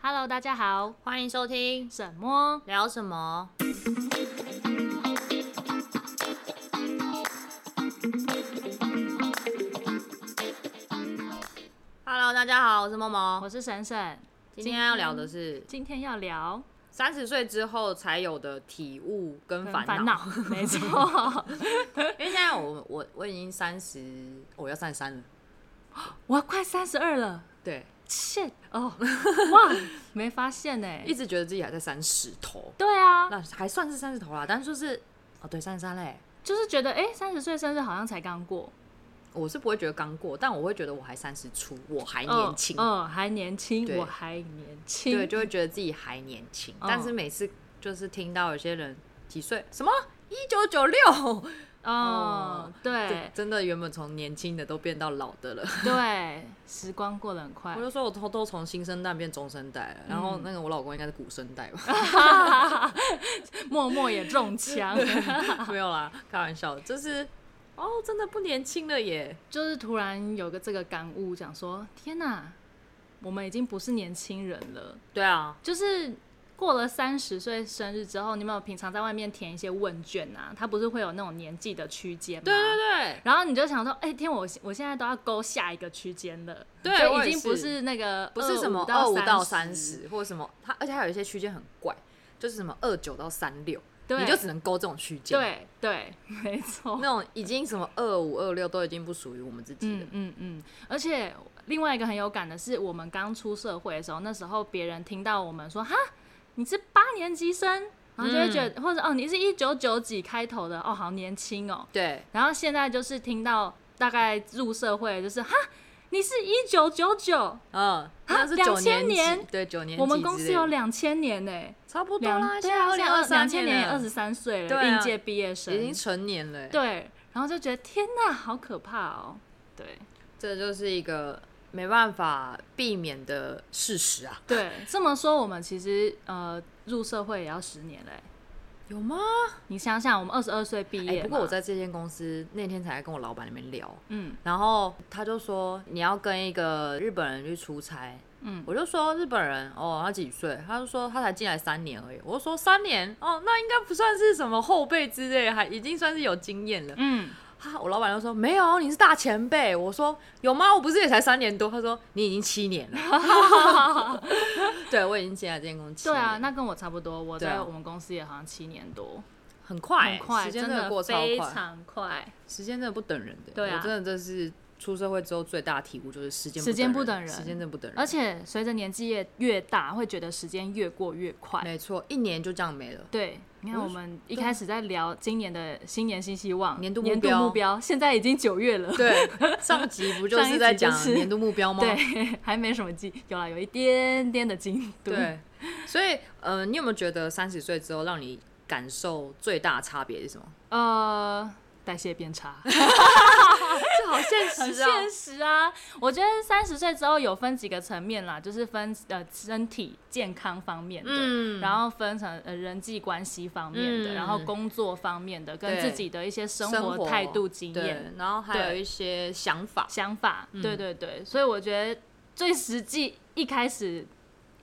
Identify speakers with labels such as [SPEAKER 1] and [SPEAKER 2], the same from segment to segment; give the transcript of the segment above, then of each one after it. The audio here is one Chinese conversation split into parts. [SPEAKER 1] Hello，大家好，
[SPEAKER 2] 欢迎收听
[SPEAKER 1] 什么？
[SPEAKER 2] 聊什么？Hello，大家好，我是默
[SPEAKER 1] 我
[SPEAKER 2] 默。
[SPEAKER 1] 是沈沈，
[SPEAKER 2] 今天要聊的是
[SPEAKER 1] 今天要聊
[SPEAKER 2] 三十岁之后才有的体悟跟
[SPEAKER 1] 跟
[SPEAKER 2] 烦
[SPEAKER 1] 烦
[SPEAKER 2] 恼
[SPEAKER 1] 恼。， 没错。
[SPEAKER 2] 因为现在我我我已经三十，我要三十三了。
[SPEAKER 1] 我快三十二了
[SPEAKER 2] 对，
[SPEAKER 1] ，shit 哦，哇，没发现呢、
[SPEAKER 2] 一直觉得自己还在三十头，
[SPEAKER 1] 对啊，
[SPEAKER 2] 那还算是三十头啦，但是就是哦，对，三十三嘞。
[SPEAKER 1] 就是觉得哎，三十岁生日好像才刚过，
[SPEAKER 2] 我是不会觉得刚过，但我会觉得我还三十出，我还
[SPEAKER 1] 嗯
[SPEAKER 2] 年轻。
[SPEAKER 1] 嗯，还年轻，
[SPEAKER 2] 对
[SPEAKER 1] 我还年轻，
[SPEAKER 2] 对，就会觉得自己还年轻。
[SPEAKER 1] 嗯
[SPEAKER 2] 但是每次就是听到有些人几岁，什么一九九六，
[SPEAKER 1] 嗯
[SPEAKER 2] 哦，
[SPEAKER 1] 对
[SPEAKER 2] 真的原本从年轻的都变到老的了。
[SPEAKER 1] 对，时光过得很快
[SPEAKER 2] 我，就说我偷偷从新生代变中生代了，然
[SPEAKER 1] 嗯
[SPEAKER 2] 后那个我老公应该是古生代吧？
[SPEAKER 1] 默默也中枪，
[SPEAKER 2] 没有啦，开玩笑的，就是哦，真的不年轻了耶。
[SPEAKER 1] 就是突然有个这个感悟，讲说天哪，我们已经不是年轻人了。
[SPEAKER 2] 对啊，
[SPEAKER 1] 就是过了三十岁生日之后，你们有平常在外面填一些问卷啊？它不是会有那种年纪的区间吗？
[SPEAKER 2] 对对对，
[SPEAKER 1] 然后你就想说，哎、天，我我现在都要勾下一个区间了，
[SPEAKER 2] 对
[SPEAKER 1] 就
[SPEAKER 2] 我
[SPEAKER 1] 已
[SPEAKER 2] 也
[SPEAKER 1] 经不
[SPEAKER 2] 是
[SPEAKER 1] 是那个
[SPEAKER 2] 不是什么
[SPEAKER 1] 二
[SPEAKER 2] 二五到
[SPEAKER 1] 三
[SPEAKER 2] 三，十或者什么，它而且还有一些区间很怪，就是什么二九到三六，
[SPEAKER 1] 对，
[SPEAKER 2] 你就只能勾这种区间。。
[SPEAKER 1] 对对，没错，
[SPEAKER 2] 那种已经什么二五二六都已经不属于我们自己了
[SPEAKER 1] 嗯。嗯嗯，而且另外一个很有感的是，我们刚出社会的时候，那时候别人听到我们说哈，你是八年级生，然后就会觉
[SPEAKER 2] 嗯
[SPEAKER 1] 得，或者哦，你是一九九几开头的，哦，好年轻哦。
[SPEAKER 2] 对，
[SPEAKER 1] 然后现在就是听到大概入社会就是哈，你是一九九九，
[SPEAKER 2] 嗯，那是九
[SPEAKER 1] 2000
[SPEAKER 2] 年级
[SPEAKER 1] 啊年，
[SPEAKER 2] 对九年级之类的，
[SPEAKER 1] 我们公司有两千年呢、
[SPEAKER 2] 差不多啦，
[SPEAKER 1] 两
[SPEAKER 2] 现
[SPEAKER 1] 对
[SPEAKER 2] 在
[SPEAKER 1] 啊，
[SPEAKER 2] 二
[SPEAKER 1] 现
[SPEAKER 2] 零
[SPEAKER 1] 在
[SPEAKER 2] 二
[SPEAKER 1] 两
[SPEAKER 2] 三
[SPEAKER 1] 千年也
[SPEAKER 2] 了
[SPEAKER 1] 二十三岁
[SPEAKER 2] 对
[SPEAKER 1] 了，
[SPEAKER 2] 啊
[SPEAKER 1] 应届毕业生，
[SPEAKER 2] 已经成年了，，欸
[SPEAKER 1] 对，然后就觉得天哪，好可怕哦，对。
[SPEAKER 2] 这就是一个没办法避免的事实啊。
[SPEAKER 1] 对，这么说我们其实呃入社会也要十年嘞、
[SPEAKER 2] 有吗？
[SPEAKER 1] 你想想，我们二十二岁毕
[SPEAKER 2] 哎、
[SPEAKER 1] 业、
[SPEAKER 2] 不过我，在这间公司那天才跟我老板那边聊，
[SPEAKER 1] 嗯
[SPEAKER 2] 然后他就说你要跟一个日本人去出差，
[SPEAKER 1] 嗯，
[SPEAKER 2] 我就说日本人哦，他几岁？他就说他才进来三年而已。我就说三年哦，那应该不算是什么后辈之类，还已经算是有经验了。
[SPEAKER 1] 嗯，
[SPEAKER 2] 啊，我老板就说没有，你是大前辈。我说有吗？我不是也才三年多。他说你已经七年了。 对，我已经进来这间公司七
[SPEAKER 1] 对
[SPEAKER 2] 年。
[SPEAKER 1] 啊，那跟我差不多，我
[SPEAKER 2] 对
[SPEAKER 1] 在
[SPEAKER 2] 啊
[SPEAKER 1] 我们公司也好像七年多，
[SPEAKER 2] 很快
[SPEAKER 1] 很
[SPEAKER 2] 欸、
[SPEAKER 1] 快，
[SPEAKER 2] 时间
[SPEAKER 1] 真
[SPEAKER 2] 真的过超
[SPEAKER 1] 非
[SPEAKER 2] 快，
[SPEAKER 1] 常快，
[SPEAKER 2] 时间真的不等人的。
[SPEAKER 1] 对啊
[SPEAKER 2] 我真的这是出社会之后最大的体悟，就是时间
[SPEAKER 1] 时间不
[SPEAKER 2] 不
[SPEAKER 1] 等
[SPEAKER 2] 等
[SPEAKER 1] 人
[SPEAKER 2] 时间真的不等人。
[SPEAKER 1] 而且随着年纪越越大，会觉得时间越过越快。
[SPEAKER 2] 没错，一年就这样没了。
[SPEAKER 1] 对，你看
[SPEAKER 2] 我
[SPEAKER 1] 我们一开始在聊今年的新年新希望、
[SPEAKER 2] 年度目
[SPEAKER 1] 年度
[SPEAKER 2] 标
[SPEAKER 1] 目标，现在已经九月了，
[SPEAKER 2] 对，上集不就
[SPEAKER 1] 上一集
[SPEAKER 2] 是在
[SPEAKER 1] 就
[SPEAKER 2] 讲
[SPEAKER 1] 是
[SPEAKER 2] 年度 目标吗？
[SPEAKER 1] 对，还没什么进，有啦，有一点点的进度。
[SPEAKER 2] 对，所以呃，你有没有觉得三十岁之后让你感受最大的差别是什 么？
[SPEAKER 1] 呃，代谢变差，
[SPEAKER 2] 这好现
[SPEAKER 1] 很现实啊。我觉得三十岁之后有分几个层面啦，就是分呃身体健康方面的，
[SPEAKER 2] 嗯
[SPEAKER 1] 然后分成呃人际关系方面的，
[SPEAKER 2] 嗯
[SPEAKER 1] 然后工作方面的，跟
[SPEAKER 2] 对
[SPEAKER 1] 自己的一些生
[SPEAKER 2] 生
[SPEAKER 1] 活
[SPEAKER 2] 活
[SPEAKER 1] 态度、经验、
[SPEAKER 2] 对，然嗯后还有
[SPEAKER 1] 对
[SPEAKER 2] 一些想法。
[SPEAKER 1] 想法。对对对，所以我觉得最实际一开始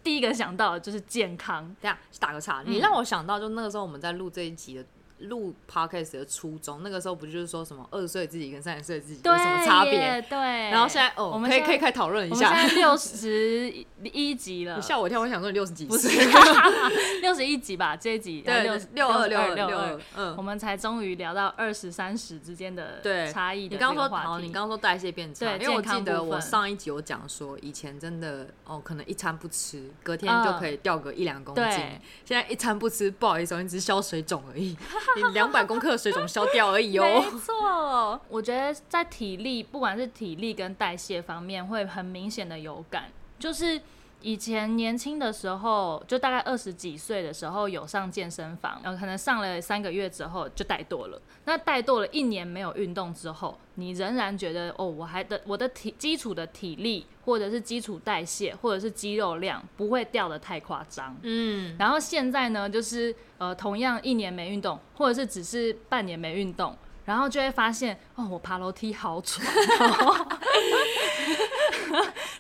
[SPEAKER 1] 第一个想到的就是健康。
[SPEAKER 2] 这样打个岔，
[SPEAKER 1] 嗯
[SPEAKER 2] 你让我想到，就那个时候我们在录这一集的。录 podcast 的初衷，那个时候不就是说什么二十岁自己跟三十岁自己
[SPEAKER 1] 对
[SPEAKER 2] 有什么差别？
[SPEAKER 1] 耶？对。然
[SPEAKER 2] 然后现在哦，
[SPEAKER 1] 我们
[SPEAKER 2] 可以
[SPEAKER 1] 现
[SPEAKER 2] 可以开讨论一
[SPEAKER 1] 我们现
[SPEAKER 2] 下。
[SPEAKER 1] 在六十一集了
[SPEAKER 2] 你，吓我一跳，我想说你六十几
[SPEAKER 1] 不是
[SPEAKER 2] 岁，
[SPEAKER 1] 六十一集吧，这一集
[SPEAKER 2] 对，
[SPEAKER 1] 六
[SPEAKER 2] 六二
[SPEAKER 1] 六
[SPEAKER 2] 二
[SPEAKER 1] 六
[SPEAKER 2] 二，，
[SPEAKER 1] 我
[SPEAKER 2] 嗯，
[SPEAKER 1] 们才终于聊到二十三十之间的
[SPEAKER 2] 对，
[SPEAKER 1] 差异的
[SPEAKER 2] 你
[SPEAKER 1] 这
[SPEAKER 2] 刚
[SPEAKER 1] 个
[SPEAKER 2] 刚说
[SPEAKER 1] 话
[SPEAKER 2] 好，
[SPEAKER 1] 题。
[SPEAKER 2] 你刚刚说代谢变差，
[SPEAKER 1] 对
[SPEAKER 2] 因为我
[SPEAKER 1] 健康
[SPEAKER 2] 记得
[SPEAKER 1] 部
[SPEAKER 2] 我
[SPEAKER 1] 分
[SPEAKER 2] 上一集有讲说，以前真的哦，可能一餐不吃，隔天
[SPEAKER 1] 嗯
[SPEAKER 2] 就可以掉个一两公斤
[SPEAKER 1] 对。
[SPEAKER 2] 现在一餐不吃，不好意思哦，你只是消水肿 而已，你两百公克的水肿消掉而已哦。
[SPEAKER 1] 没错，我觉得在体力，不管是体力跟代谢方面，会很明显的有感。就是以前年轻的时候，就大概二十几岁的时候有上健身房，呃，可能上了三个月之后就怠惰了。那怠惰了一年没有运动之后，你仍然觉得哦，我还的我的体基础的体力，或者是基础代谢，或者是肌肉量不会掉的太夸张。
[SPEAKER 2] 嗯，
[SPEAKER 1] 然后现在呢，就是呃，同样一年没运动，或者是只是半年没运动，然后就会发现， 哦，我爬楼梯好喘、哦，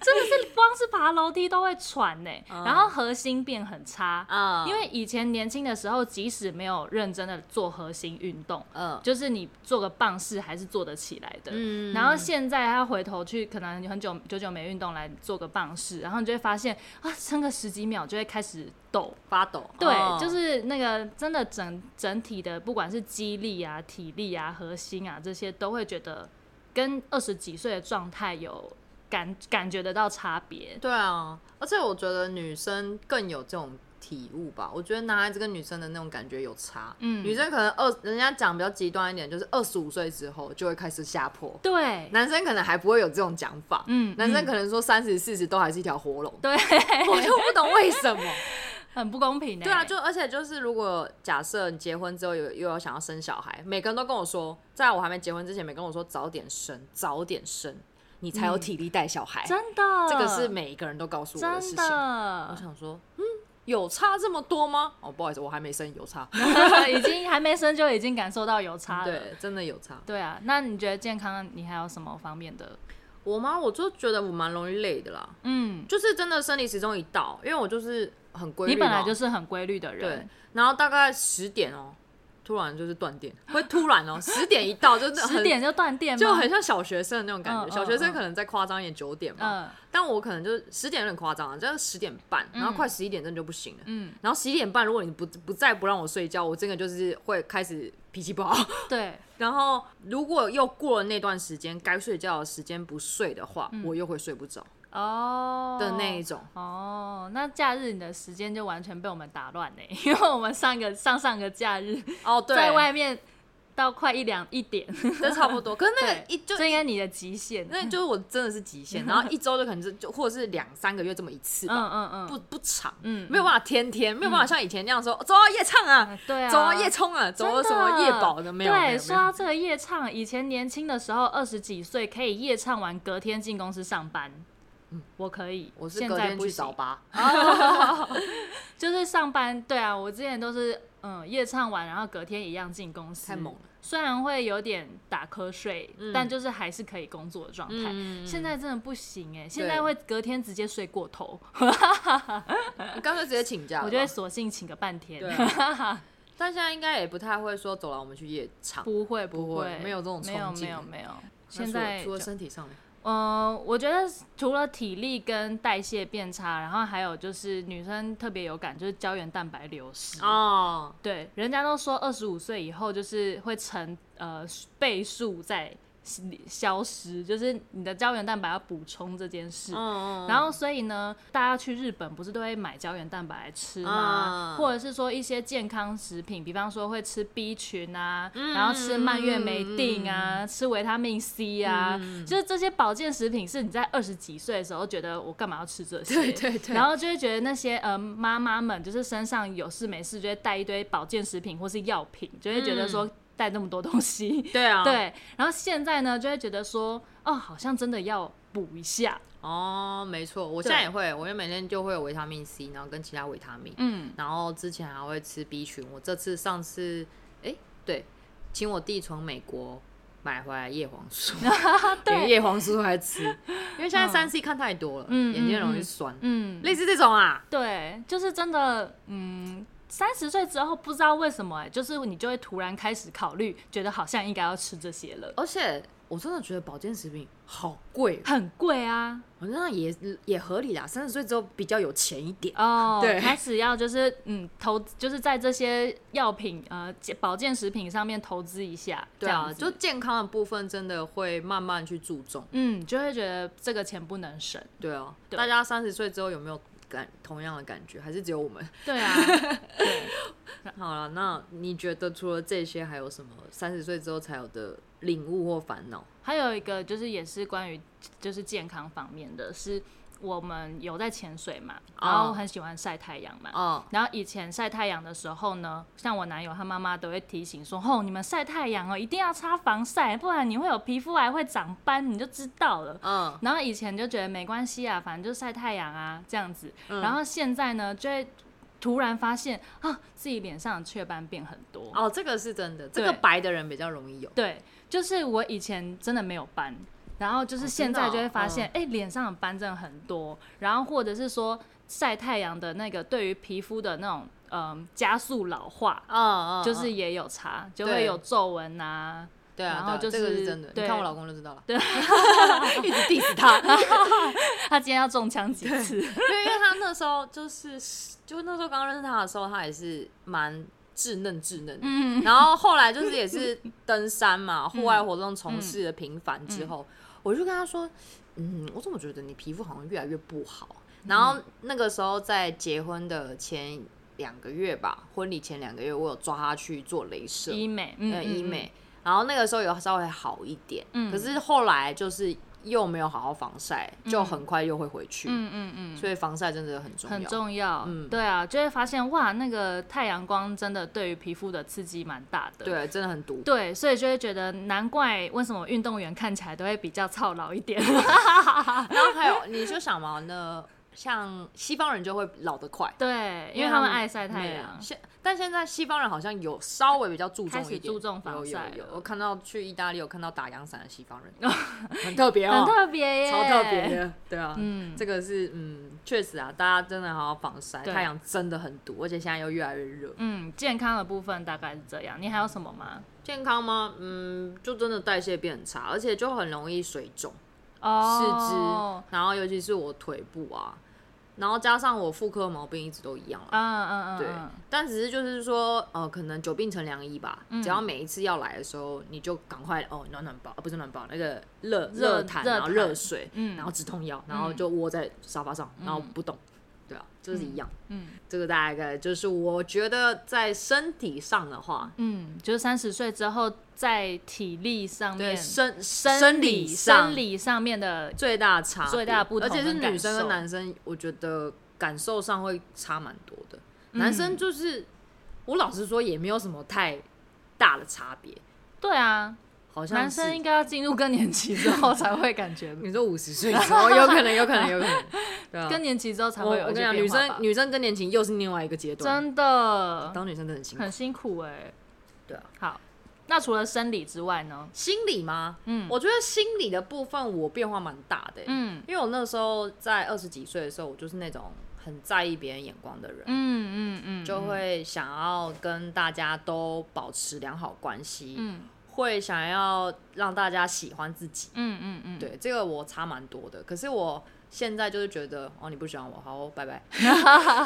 [SPEAKER 1] 真的是光光是爬楼梯都会喘呢、
[SPEAKER 2] 嗯
[SPEAKER 1] 然后核心变很差。
[SPEAKER 2] 啊
[SPEAKER 1] 因为以前年轻的时候，即使没有认真的做核心运动，
[SPEAKER 2] 嗯
[SPEAKER 1] 就是你做个棒式还是做得起来的。
[SPEAKER 2] 嗯
[SPEAKER 1] 然后现在他回头去，可能很久久久没运动来做个棒式，然后你就会发现啊，撑个十几秒就会开始抖。
[SPEAKER 2] 发抖，
[SPEAKER 1] 对，
[SPEAKER 2] 哦
[SPEAKER 1] 就是那个真的整整体的，不管是肌力啊、体力啊、核心啊这些，都会觉得跟二十几岁的状态有感感觉得到差别。
[SPEAKER 2] 对啊，而且我觉得女生更有这种体悟吧。我觉得男孩子跟女生的那种感觉有差，
[SPEAKER 1] 嗯
[SPEAKER 2] 女生可能二，人家讲比较极端一点，就是二十五岁之后就会开始下坡，
[SPEAKER 1] 对，
[SPEAKER 2] 男生可能还不会有这种讲法，
[SPEAKER 1] 嗯
[SPEAKER 2] 男生
[SPEAKER 1] 嗯
[SPEAKER 2] 可能说三十四十都还是一条活龙，
[SPEAKER 1] 对，
[SPEAKER 2] 我就不懂为什么。
[SPEAKER 1] 很不公平的、欸
[SPEAKER 2] 对啊，就而且就是，如果假设你结婚之后有又要想要生小孩，每个人都跟我说，在我还没结婚之前，每个人跟我说早点生，早点生，你才有体力带小孩。
[SPEAKER 1] 真的，
[SPEAKER 2] 哎这个是每一个人都告诉我的事
[SPEAKER 1] 真
[SPEAKER 2] 情。 我
[SPEAKER 1] 的，
[SPEAKER 2] 想说，嗯，有差这么多吗？哦，不好意思，我还没生，有差。
[SPEAKER 1] 已经还没生就已经感受到有差了。
[SPEAKER 2] 对，真的有差。
[SPEAKER 1] 对啊，那你觉得健康你还有什么方面的？
[SPEAKER 2] 我妈，我就觉得我蛮容易累的啦，
[SPEAKER 1] 嗯，
[SPEAKER 2] 就是真的生理时钟一到，因为我就是很规律
[SPEAKER 1] 你
[SPEAKER 2] 嘛，
[SPEAKER 1] 本来就是很规律的
[SPEAKER 2] 对
[SPEAKER 1] 人，，
[SPEAKER 2] 然后大概十点哦、突然就是断电，会突然哦、十点一到就是
[SPEAKER 1] 十
[SPEAKER 2] 很。
[SPEAKER 1] 点就断电吗，
[SPEAKER 2] 就很像小学生的那种感觉，
[SPEAKER 1] 嗯嗯
[SPEAKER 2] 小学生可能再夸张一点九点嘛，
[SPEAKER 1] 嗯
[SPEAKER 2] 但我可能就是十点有点夸张啊，就是十点半，然后快十一点真的就不行了。
[SPEAKER 1] 嗯，
[SPEAKER 2] 然后十一点半，如果你不不再不让我睡觉，我真的就是会开始脾气不好。
[SPEAKER 1] 对，
[SPEAKER 2] 然后如果又过了那段时间该睡觉的时间不睡的话，
[SPEAKER 1] 嗯
[SPEAKER 2] 我又会睡不着
[SPEAKER 1] 哦
[SPEAKER 2] 的那一种。
[SPEAKER 1] 哦，那假日你的时间就完全被我们打乱呢， 因为我们上个上上个假日
[SPEAKER 2] 哦，对，
[SPEAKER 1] 在外面到快一两一点，
[SPEAKER 2] 这差不多。可是那个
[SPEAKER 1] 对
[SPEAKER 2] 一就
[SPEAKER 1] 这应该你的极限。
[SPEAKER 2] 那就是我真的是 极限，然后一周就可能就就或者是两三个月这么一次
[SPEAKER 1] 嗯
[SPEAKER 2] 吧，
[SPEAKER 1] 嗯嗯，
[SPEAKER 2] 不不长，
[SPEAKER 1] 嗯
[SPEAKER 2] 没有办法天天，没有办法像以前那样说走啊夜唱啊
[SPEAKER 1] 啊，对啊，
[SPEAKER 2] 走啊夜冲啊，走啊
[SPEAKER 1] 真
[SPEAKER 2] 什么
[SPEAKER 1] 的
[SPEAKER 2] 夜保的没有，没
[SPEAKER 1] 对，
[SPEAKER 2] 有
[SPEAKER 1] 说到这个夜唱，以前年轻的时候，二十几岁可以夜唱完，隔天进公司上班。我可以，
[SPEAKER 2] 嗯我是
[SPEAKER 1] 现
[SPEAKER 2] 隔
[SPEAKER 1] 在
[SPEAKER 2] 天
[SPEAKER 1] 不
[SPEAKER 2] 去早
[SPEAKER 1] 行。
[SPEAKER 2] 八，
[SPEAKER 1] 就是上班，对啊，我之前都是嗯夜唱完，然后隔天一样进公司。
[SPEAKER 2] 太猛了，
[SPEAKER 1] 虽然会有点打瞌睡，
[SPEAKER 2] 嗯
[SPEAKER 1] 但就是还是可以工作的状态。
[SPEAKER 2] 嗯
[SPEAKER 1] 现在真的不行哎、现在会隔天直接睡过头，
[SPEAKER 2] 干脆直接请假了吧，
[SPEAKER 1] 我就会索性请个半天。
[SPEAKER 2] 对啊但现在应该也不太会说走了，我们去夜 场。
[SPEAKER 1] 不会
[SPEAKER 2] 不会
[SPEAKER 1] 会，
[SPEAKER 2] 没有这种
[SPEAKER 1] 没有
[SPEAKER 2] 憧憬
[SPEAKER 1] 没有
[SPEAKER 2] 欸
[SPEAKER 1] 没有。
[SPEAKER 2] 那
[SPEAKER 1] 现
[SPEAKER 2] 除了
[SPEAKER 1] 在
[SPEAKER 2] 除了
[SPEAKER 1] 就
[SPEAKER 2] 身体上面，
[SPEAKER 1] 嗯，我觉得除了体力跟代谢变差，然后还有就是女生特别有感，就是胶原蛋白流失。
[SPEAKER 2] 哦，
[SPEAKER 1] 对，人家都说二十五岁以后就是会成呃倍数在消失，就是你的胶原蛋白要补充这件事。
[SPEAKER 2] 嗯
[SPEAKER 1] 然后，所以呢，大家去日本不是都会买胶原蛋白来吃吗？
[SPEAKER 2] 嗯
[SPEAKER 1] 或者是说一些健康食品，比方说会吃 B 群啊，
[SPEAKER 2] 嗯
[SPEAKER 1] 然后吃蔓越莓定啊，吃维他命 C 啊，
[SPEAKER 2] 嗯
[SPEAKER 1] 就是这些保健食品是你在二十几岁的时候觉得我干嘛要吃这些？
[SPEAKER 2] 对对对
[SPEAKER 1] 然后就会觉得那些呃妈妈们就是身上有事没事就会带一堆保健食品或是药品，就会觉得说带那么多东西。
[SPEAKER 2] 对
[SPEAKER 1] 嗯
[SPEAKER 2] 啊，，
[SPEAKER 1] 对，然后现在呢，就会觉得说，哦，好像真的要补一下，
[SPEAKER 2] 哦，没错，我现在也会，我就每天就会有维他命 C，然后跟其他维他命，
[SPEAKER 1] 嗯，
[SPEAKER 2] 然后之前还会吃 B 群。我这次上次，哎、对，请我弟从美国买回来叶黄 素，连叶黄素都还吃，因为现在三 C 看太多了，
[SPEAKER 1] 嗯
[SPEAKER 2] 眼睛容易
[SPEAKER 1] 嗯
[SPEAKER 2] 酸，
[SPEAKER 1] 嗯，
[SPEAKER 2] 类似这种啊，
[SPEAKER 1] 对，就是真的，嗯，三十岁之后不知道为什么、哎，就是你就会突然开始考虑，觉得好像应该要吃这些了，
[SPEAKER 2] 而且。我真的觉得保健食品好贵哦，
[SPEAKER 1] 很贵啊，
[SPEAKER 2] 我那也也合理啦，三十岁之后比较有钱一点。
[SPEAKER 1] 哦，
[SPEAKER 2] 对
[SPEAKER 1] 开始要就是嗯投，就是在这些药品呃健保健食品上面投资一下，
[SPEAKER 2] 对
[SPEAKER 1] 这
[SPEAKER 2] 啊，
[SPEAKER 1] 样子
[SPEAKER 2] 就健康的部分真的会慢慢去注重。
[SPEAKER 1] 嗯，就会觉得这个钱不能省，
[SPEAKER 2] 对啊，
[SPEAKER 1] 对
[SPEAKER 2] 大家三十岁之后有没有感同样的感觉？还是只有我们？
[SPEAKER 1] 对啊， 对，
[SPEAKER 2] 好了，那你觉得除了这些，还有什么三十岁之后才有的领悟或烦恼？
[SPEAKER 1] 还有一个就是也是关于就是健康方面的是。我们有在潜水嘛，然后
[SPEAKER 2] 哦
[SPEAKER 1] 很喜欢晒太阳嘛，
[SPEAKER 2] 哦，
[SPEAKER 1] 然后以前晒太阳的时候呢，像我男友他妈妈都会提醒说：“哦，你们晒太阳哦，一定要擦防晒，不然你会有皮肤癌，会长斑，你就知道了。”
[SPEAKER 2] 嗯，
[SPEAKER 1] 然后以前就觉得没关系啊，反正就晒太阳啊这样子。
[SPEAKER 2] 嗯
[SPEAKER 1] 然后现在呢，就会突然发现啊，自己脸上的雀斑变很多。
[SPEAKER 2] 哦哦，这个是真的，这
[SPEAKER 1] 对
[SPEAKER 2] 个白的人比较容易有。
[SPEAKER 1] 对，就是我以前真的没有斑，然后就是
[SPEAKER 2] 哦
[SPEAKER 1] 现
[SPEAKER 2] 真的
[SPEAKER 1] 在
[SPEAKER 2] 哦
[SPEAKER 1] 就会发现，哎、脸、上的斑真的很多，然后或者是说晒太阳的那个对于皮肤的那种嗯、加速老化，
[SPEAKER 2] 嗯嗯，
[SPEAKER 1] 就是也有差，就会
[SPEAKER 2] 对
[SPEAKER 1] 有皱纹 呐。
[SPEAKER 2] 对啊，
[SPEAKER 1] 然后
[SPEAKER 2] 对啊这个
[SPEAKER 1] 就是
[SPEAKER 2] 是真的，
[SPEAKER 1] 对
[SPEAKER 2] 你看我老公就知道了，
[SPEAKER 1] 对，
[SPEAKER 2] 一直 diss 他，
[SPEAKER 1] 他今天要中枪几次？
[SPEAKER 2] 对，因为他那时候就是，就那时候刚认识他的时候，他也是蛮稚嫩稚嫩的。
[SPEAKER 1] 嗯，
[SPEAKER 2] 然后后来就是也是登山嘛， 户外活动
[SPEAKER 1] 嗯
[SPEAKER 2] 从事的频繁之后，我就跟他说，嗯，我怎么觉得你皮肤好像越来越不好？
[SPEAKER 1] 嗯
[SPEAKER 2] 然后那个时候在结婚的前两个月吧，婚礼前两个月，我有抓他去做镭射，
[SPEAKER 1] 医美，嗯，
[SPEAKER 2] 呃
[SPEAKER 1] 嗯
[SPEAKER 2] 医，美，然后那个时候有稍微好一点，
[SPEAKER 1] 嗯
[SPEAKER 2] 可是后来就是又没有好好防晒，就很快又会回去，
[SPEAKER 1] 嗯嗯嗯，
[SPEAKER 2] 所以防晒真的很重要。
[SPEAKER 1] 很重要。
[SPEAKER 2] 嗯
[SPEAKER 1] 对啊，就会发现哇，那个太阳光真的对于皮肤的刺激蛮大的。
[SPEAKER 2] 对，真的很毒。
[SPEAKER 1] 对，所以就会觉得难怪为什么运动员看起来都会比较操劳一 点。
[SPEAKER 2] 然后还有，你就想嘛，那像西方人就会老得快，
[SPEAKER 1] 对，因为他们爱晒太
[SPEAKER 2] 没有
[SPEAKER 1] 阳。
[SPEAKER 2] 现但现在西方人好像有稍微比较注重
[SPEAKER 1] 开
[SPEAKER 2] 一
[SPEAKER 1] 始
[SPEAKER 2] 点，
[SPEAKER 1] 注重防
[SPEAKER 2] 有
[SPEAKER 1] 晒
[SPEAKER 2] 有有
[SPEAKER 1] 了，哦
[SPEAKER 2] 我看到去意大利有看到打阳伞的西方人，很特 别
[SPEAKER 1] 很
[SPEAKER 2] 哦，
[SPEAKER 1] 特别耶，
[SPEAKER 2] 超特别。的，对啊，
[SPEAKER 1] 嗯
[SPEAKER 2] 这个是嗯，确实啊，大家真的好好防晒，
[SPEAKER 1] 对
[SPEAKER 2] 太阳真的很毒，而且现在又越来越热。
[SPEAKER 1] 嗯，健康的部分大概是这样。你还有什么吗？
[SPEAKER 2] 健康吗？嗯，就真的代谢变很差，而且就很容易水肿，四肢，
[SPEAKER 1] 哦，
[SPEAKER 2] 然后尤其是我腿部啊，然后加上我妇科毛病一直都一样
[SPEAKER 1] 嗯
[SPEAKER 2] 啊。
[SPEAKER 1] 嗯嗯，
[SPEAKER 2] 对
[SPEAKER 1] 嗯，
[SPEAKER 2] 但只是就是说，呃，可能久病成良医吧。
[SPEAKER 1] 嗯
[SPEAKER 2] 只要每一次要来的时候，你就赶快哦，暖暖包，呃不是暖包，那个热
[SPEAKER 1] 热
[SPEAKER 2] 热毯，
[SPEAKER 1] 热
[SPEAKER 2] 然后
[SPEAKER 1] 毯
[SPEAKER 2] 热水，
[SPEAKER 1] 嗯
[SPEAKER 2] 然后止痛药，然后就窝在沙发上，然后不动。对啊，就是一样。
[SPEAKER 1] 嗯
[SPEAKER 2] 这个大概就是我觉得在身体上的话，
[SPEAKER 1] 嗯，就是三十岁之后在体力上
[SPEAKER 2] 对
[SPEAKER 1] 面、
[SPEAKER 2] 身
[SPEAKER 1] 生
[SPEAKER 2] 理
[SPEAKER 1] 生
[SPEAKER 2] 上
[SPEAKER 1] 理上面的，
[SPEAKER 2] 最大差别
[SPEAKER 1] 最大不同
[SPEAKER 2] 而且是
[SPEAKER 1] 跟感
[SPEAKER 2] 女生跟
[SPEAKER 1] 受
[SPEAKER 2] 男生，我觉得感受上会差蛮多的。
[SPEAKER 1] 嗯
[SPEAKER 2] 男生就是我老实说也没有什么太大的差别，
[SPEAKER 1] 对啊，
[SPEAKER 2] 好像
[SPEAKER 1] 男生
[SPEAKER 2] 是嗯
[SPEAKER 1] 应该要进入更年期之后才会感 觉，
[SPEAKER 2] 你说五十岁之后，有可能，有可能，有 可能，对啊。
[SPEAKER 1] 更年期之后才
[SPEAKER 2] 我
[SPEAKER 1] 会
[SPEAKER 2] 我
[SPEAKER 1] 有
[SPEAKER 2] 跟
[SPEAKER 1] 一些
[SPEAKER 2] 你讲，女
[SPEAKER 1] 变化吧
[SPEAKER 2] 生女生更年期又是另外一个阶段，
[SPEAKER 1] 真的
[SPEAKER 2] 当女生真的很辛苦
[SPEAKER 1] 很。辛苦哎、
[SPEAKER 2] 对啊，
[SPEAKER 1] 好，那除了生理之外呢？
[SPEAKER 2] 心理吗？
[SPEAKER 1] 嗯
[SPEAKER 2] 我觉得心理的部分我变化蛮大的欸、
[SPEAKER 1] 嗯
[SPEAKER 2] 因为我那时候在二十几岁的时候，我就是那种很在意别人眼光的人，
[SPEAKER 1] 嗯嗯嗯，
[SPEAKER 2] 就会想要跟大家都保持良好关系，
[SPEAKER 1] 嗯
[SPEAKER 2] 会想要让大家喜欢自己。
[SPEAKER 1] 嗯嗯嗯，
[SPEAKER 2] 对， 这个我差蛮多的。可是我现在就是觉得，哦，你不喜欢我，好哦，拜拜，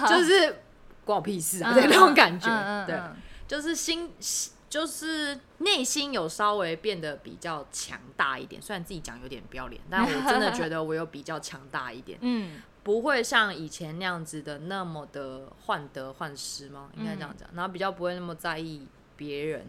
[SPEAKER 2] 就是关我屁事啊，
[SPEAKER 1] 嗯，
[SPEAKER 2] 对那种感觉。
[SPEAKER 1] 嗯嗯
[SPEAKER 2] 对，
[SPEAKER 1] 嗯
[SPEAKER 2] 就是心，就是内心有稍微变得比较强大一点。虽然自己讲有点不要脸，但我真的觉得我有比较强大一点。
[SPEAKER 1] 嗯
[SPEAKER 2] 不会像以前那样子的那么的患得患失吗？
[SPEAKER 1] 嗯
[SPEAKER 2] 应该这样讲，然后比较不会那么在意别人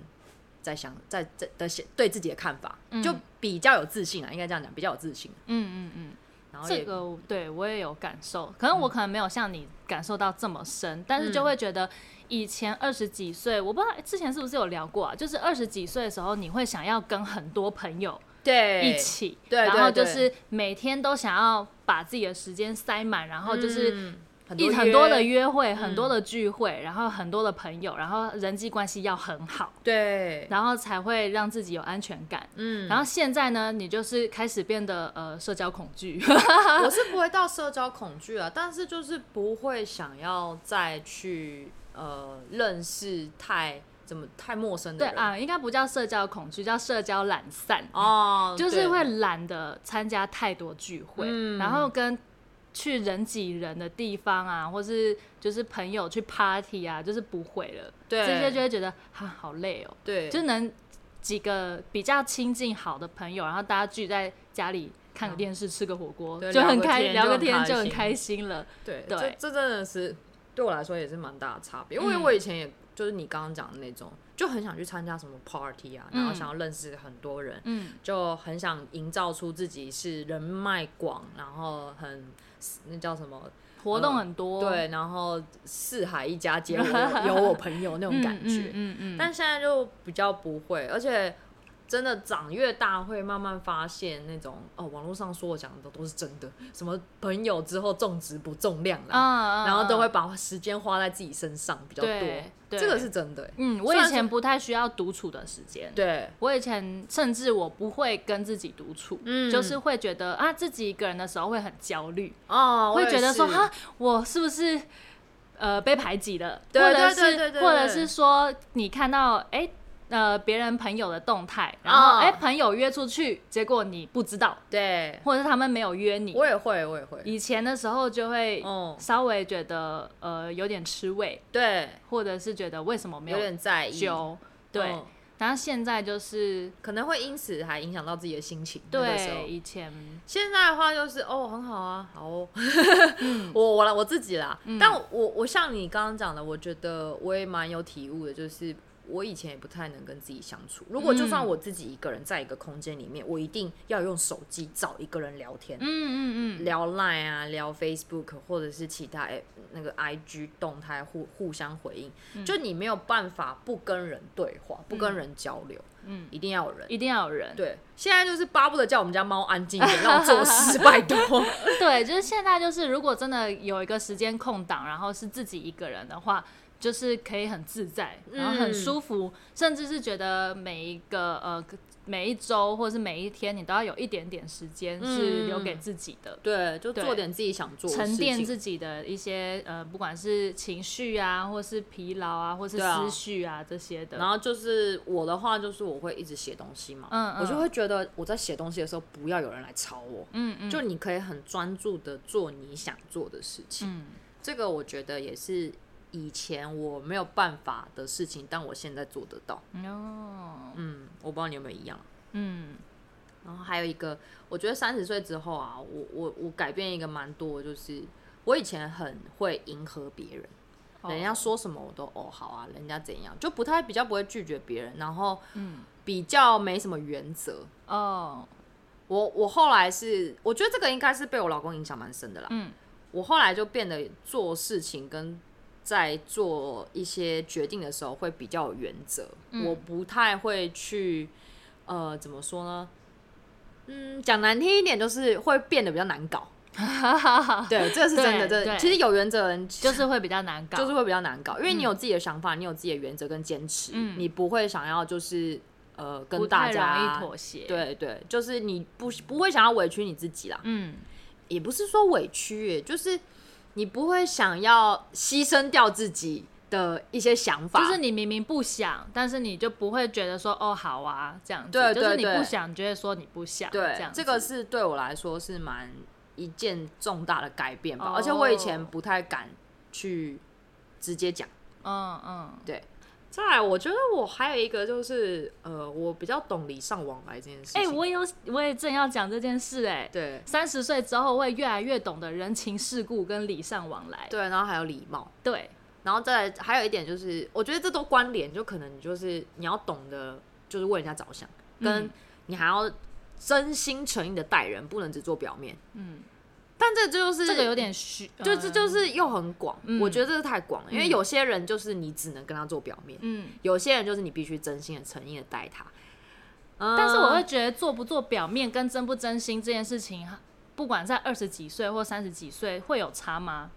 [SPEAKER 2] 在想在在的想对自己的看法，
[SPEAKER 1] 嗯
[SPEAKER 2] 就比较有自信啊，应该这样讲，比较有自信。
[SPEAKER 1] 嗯嗯嗯，
[SPEAKER 2] 然后也嗯
[SPEAKER 1] 这个对我也有感受，可能我可能没有像你感受到这么深，但是就会觉得以前二十几岁，我不知道之前是不是有聊过啊，就是二十几岁的时候，你会想要跟很多朋友
[SPEAKER 2] 对
[SPEAKER 1] 一起，
[SPEAKER 2] 对对
[SPEAKER 1] 然后就
[SPEAKER 2] 对
[SPEAKER 1] 是每天都想要把自己的时间塞满，然后就是
[SPEAKER 2] 嗯很
[SPEAKER 1] 一
[SPEAKER 2] 多
[SPEAKER 1] 很多的
[SPEAKER 2] 约嗯
[SPEAKER 1] 约会，很多的聚会，然后很多的朋友，然后人际关系要很好，
[SPEAKER 2] 对，
[SPEAKER 1] 然后才会让自己有安全感。
[SPEAKER 2] 嗯，
[SPEAKER 1] 然后现在呢，你就是开始变得呃社交恐 惧，
[SPEAKER 2] 我是不会到社交恐惧啊，但是就是不会想要再去呃认识太怎么太陌生的
[SPEAKER 1] 对
[SPEAKER 2] 人
[SPEAKER 1] 啊，应该不叫社交恐惧，叫社交懒散，
[SPEAKER 2] 哦，
[SPEAKER 1] 就是
[SPEAKER 2] 对
[SPEAKER 1] 会懒得参加太多聚会，
[SPEAKER 2] 嗯
[SPEAKER 1] 然后跟去人挤人的地方啊，或是就是朋友去 party 啊，就是不会了，
[SPEAKER 2] 对
[SPEAKER 1] 这些就会觉得哈、好累哦，
[SPEAKER 2] 对，
[SPEAKER 1] 就能几个比较亲近好的朋友，然后大家聚在家里看个电视、吃个火锅，
[SPEAKER 2] 嗯对
[SPEAKER 1] 就很
[SPEAKER 2] 聊个
[SPEAKER 1] 开
[SPEAKER 2] 天
[SPEAKER 1] 聊
[SPEAKER 2] 就
[SPEAKER 1] 个
[SPEAKER 2] 很
[SPEAKER 1] 天
[SPEAKER 2] 开
[SPEAKER 1] 就很
[SPEAKER 2] 心
[SPEAKER 1] 开心了。嗯
[SPEAKER 2] 对，
[SPEAKER 1] 对
[SPEAKER 2] 这这真的是对我来说也是蛮大的差别，因为
[SPEAKER 1] 嗯
[SPEAKER 2] 我以前也就是你刚刚讲的那种，就很想去参加什么 party 啊，然后
[SPEAKER 1] 嗯
[SPEAKER 2] 想要认识很多人，
[SPEAKER 1] 嗯
[SPEAKER 2] 就很想营造出自己是人脉广，然后很那叫什么？
[SPEAKER 1] 活动很多，
[SPEAKER 2] 嗯对，然后四海一家皆我有我朋友那
[SPEAKER 1] 嗯，
[SPEAKER 2] 种感觉。
[SPEAKER 1] 嗯嗯嗯，
[SPEAKER 2] 但现在就比较不会，而且真的长越大，会慢慢发现那种哦，网络上说我讲的都是真的，什么朋友之后重质不重量啦，
[SPEAKER 1] 嗯，
[SPEAKER 2] 然后都会
[SPEAKER 1] 嗯
[SPEAKER 2] 把时间花在自己身上比较多
[SPEAKER 1] 对，对
[SPEAKER 2] 这个是真的欸、
[SPEAKER 1] 嗯，我
[SPEAKER 2] 虽然
[SPEAKER 1] 以
[SPEAKER 2] 是
[SPEAKER 1] 前不太需要独处的时间，
[SPEAKER 2] 对，
[SPEAKER 1] 我以前甚至我不会跟自己独处，
[SPEAKER 2] 嗯
[SPEAKER 1] 就是会觉得啊自己一个人的时候会很焦虑，
[SPEAKER 2] 哦，我
[SPEAKER 1] 会
[SPEAKER 2] 也
[SPEAKER 1] 觉得说
[SPEAKER 2] 是
[SPEAKER 1] 哈，我是不是呃被排挤了，
[SPEAKER 2] 对
[SPEAKER 1] 或者
[SPEAKER 2] 对对对
[SPEAKER 1] 是
[SPEAKER 2] 对
[SPEAKER 1] 或者
[SPEAKER 2] 对
[SPEAKER 1] 是说你看到哎、呃别人朋友的动态，然后
[SPEAKER 2] 哦
[SPEAKER 1] 哎、朋友约出去，结果你不知道，
[SPEAKER 2] 对，
[SPEAKER 1] 或者是他们没有约你。
[SPEAKER 2] 我也会，我也会，
[SPEAKER 1] 以前的时候就会
[SPEAKER 2] 哦
[SPEAKER 1] 稍微觉得、呃有点吃味，
[SPEAKER 2] 对，
[SPEAKER 1] 或者是觉得为什么没
[SPEAKER 2] 有点在意，
[SPEAKER 1] 揪，对。
[SPEAKER 2] 嗯
[SPEAKER 1] 然后现在就是
[SPEAKER 2] 可能会因此还影响到自己的心情。那个时候
[SPEAKER 1] 对以前
[SPEAKER 2] 现在的话就是哦，很好啊，好哦，
[SPEAKER 1] 嗯
[SPEAKER 2] 我我啦我自己啦，但我我像你刚刚讲的，我觉得我也蛮有体悟的，就是我以前也不太能跟自己相处。如果就算
[SPEAKER 1] 嗯
[SPEAKER 2] 我自己一个人在一个空间里面，我一定要用手机找一个人聊天，
[SPEAKER 1] 嗯嗯嗯，
[SPEAKER 2] 聊 Line 啊，聊 Facebook 或者是其他 app 那个 IG 动态互互相回应，
[SPEAKER 1] 嗯
[SPEAKER 2] 就你没有办法不跟人对话，不跟人交流，
[SPEAKER 1] 嗯
[SPEAKER 2] 一定要有人。
[SPEAKER 1] 一定要有人。
[SPEAKER 2] 对，现在就是巴不得叫我们家猫安静 一点，让我做事，拜托。
[SPEAKER 1] 对，就是现在就是如果真的有一个时间空档，然后是自己一个人的话，就是可以很自在，然后很
[SPEAKER 2] 嗯
[SPEAKER 1] 舒服，甚至是觉得每一个呃每一周或者是每一天，你都要有一点点时间是留给自己的。
[SPEAKER 2] 对，就
[SPEAKER 1] 对
[SPEAKER 2] 做点自己想嗯做的
[SPEAKER 1] 沉
[SPEAKER 2] 事
[SPEAKER 1] 淀
[SPEAKER 2] 情。
[SPEAKER 1] 自己的一些呃，不管是情绪啊，或是疲劳啊，或是
[SPEAKER 2] 对啊
[SPEAKER 1] 思绪啊这些的。
[SPEAKER 2] 然后就是我的话，就是我会一直写东西嘛，
[SPEAKER 1] 嗯嗯
[SPEAKER 2] 我就会觉得我在写东西的时候，不要有人来吵我，
[SPEAKER 1] 嗯嗯，
[SPEAKER 2] 就你可以很专注的做你想做的事情。
[SPEAKER 1] 嗯
[SPEAKER 2] 这个我觉得也是以前我没有办法的事情，但我现在做得到。
[SPEAKER 1] 哦
[SPEAKER 2] 嗯，我不知道你有没有一样。
[SPEAKER 1] 嗯
[SPEAKER 2] 然后还有一个，我觉得三十岁之后啊，我我我改变一个蛮多的，就是我以前很会迎合别人，
[SPEAKER 1] 哦
[SPEAKER 2] 人家说什么我都哦好啊，人家怎样就不太比较不会拒绝别人，然后
[SPEAKER 1] 嗯
[SPEAKER 2] 比较没什么原则。
[SPEAKER 1] 哦
[SPEAKER 2] 我我后来是，我觉得这个应该是被我老公影响蛮深的啦。
[SPEAKER 1] 嗯
[SPEAKER 2] 我后来就变得做事情跟在做一些决定的时候会比较有原则，
[SPEAKER 1] 嗯
[SPEAKER 2] 我不太会去呃怎么说呢？嗯，讲难听一点就是会变得比较 难搞。对，这个是真的。
[SPEAKER 1] 对
[SPEAKER 2] 对，
[SPEAKER 1] 对
[SPEAKER 2] 其实有原则的人
[SPEAKER 1] 就是会比较难搞，
[SPEAKER 2] 就是会比较难搞，因为你有自己的想法，你有自己的原则跟坚持，
[SPEAKER 1] 嗯
[SPEAKER 2] 你不会想要就是呃
[SPEAKER 1] 不
[SPEAKER 2] 跟大
[SPEAKER 1] 太
[SPEAKER 2] 家
[SPEAKER 1] 容易妥协。，
[SPEAKER 2] 对对，就是你不不会想要委屈你自己啦，
[SPEAKER 1] 嗯，
[SPEAKER 2] 也不是说委屈耶，就是你不会想要牺牲掉自己的一些想法，
[SPEAKER 1] 就是你明明不想，但是你就不会觉得说哦好啊这样子，
[SPEAKER 2] 对
[SPEAKER 1] 就是
[SPEAKER 2] 对
[SPEAKER 1] 你
[SPEAKER 2] 对
[SPEAKER 1] 不想，你就会说你不想，这
[SPEAKER 2] 对
[SPEAKER 1] 样，子
[SPEAKER 2] 这个是对我来说是蛮一件重大的改变吧，
[SPEAKER 1] 哦
[SPEAKER 2] 而且我以前不太敢去直接讲。
[SPEAKER 1] 嗯嗯
[SPEAKER 2] 对，再来，我觉得我还有一个就是，呃，我比较懂礼尚往来这件事情。
[SPEAKER 1] 哎、我有我也正要讲这件事哎、
[SPEAKER 2] 对
[SPEAKER 1] 三十岁之后会越来越懂得人情世故跟礼尚往来，
[SPEAKER 2] 对，然后还有礼貌，
[SPEAKER 1] 对
[SPEAKER 2] 然后再来还有一点就是，我觉得这都关联，就可能你就是你要懂得就是为人家着想，跟
[SPEAKER 1] 嗯
[SPEAKER 2] 你还要真心诚意的待人，不能只做表面。
[SPEAKER 1] 嗯，
[SPEAKER 2] 但这就是
[SPEAKER 1] 这个有。点虚，
[SPEAKER 2] 就
[SPEAKER 1] 嗯
[SPEAKER 2] 这就是又很广，
[SPEAKER 1] 嗯
[SPEAKER 2] 我觉得这是太广了，因为有些人就是你只能跟他做表面，
[SPEAKER 1] 嗯。
[SPEAKER 2] 有些人就是你必须真心的、诚意的待他。嗯
[SPEAKER 1] 但是我会觉得做不做表面跟真不真心这件事情，不管在二十几岁或三十几岁会有差吗？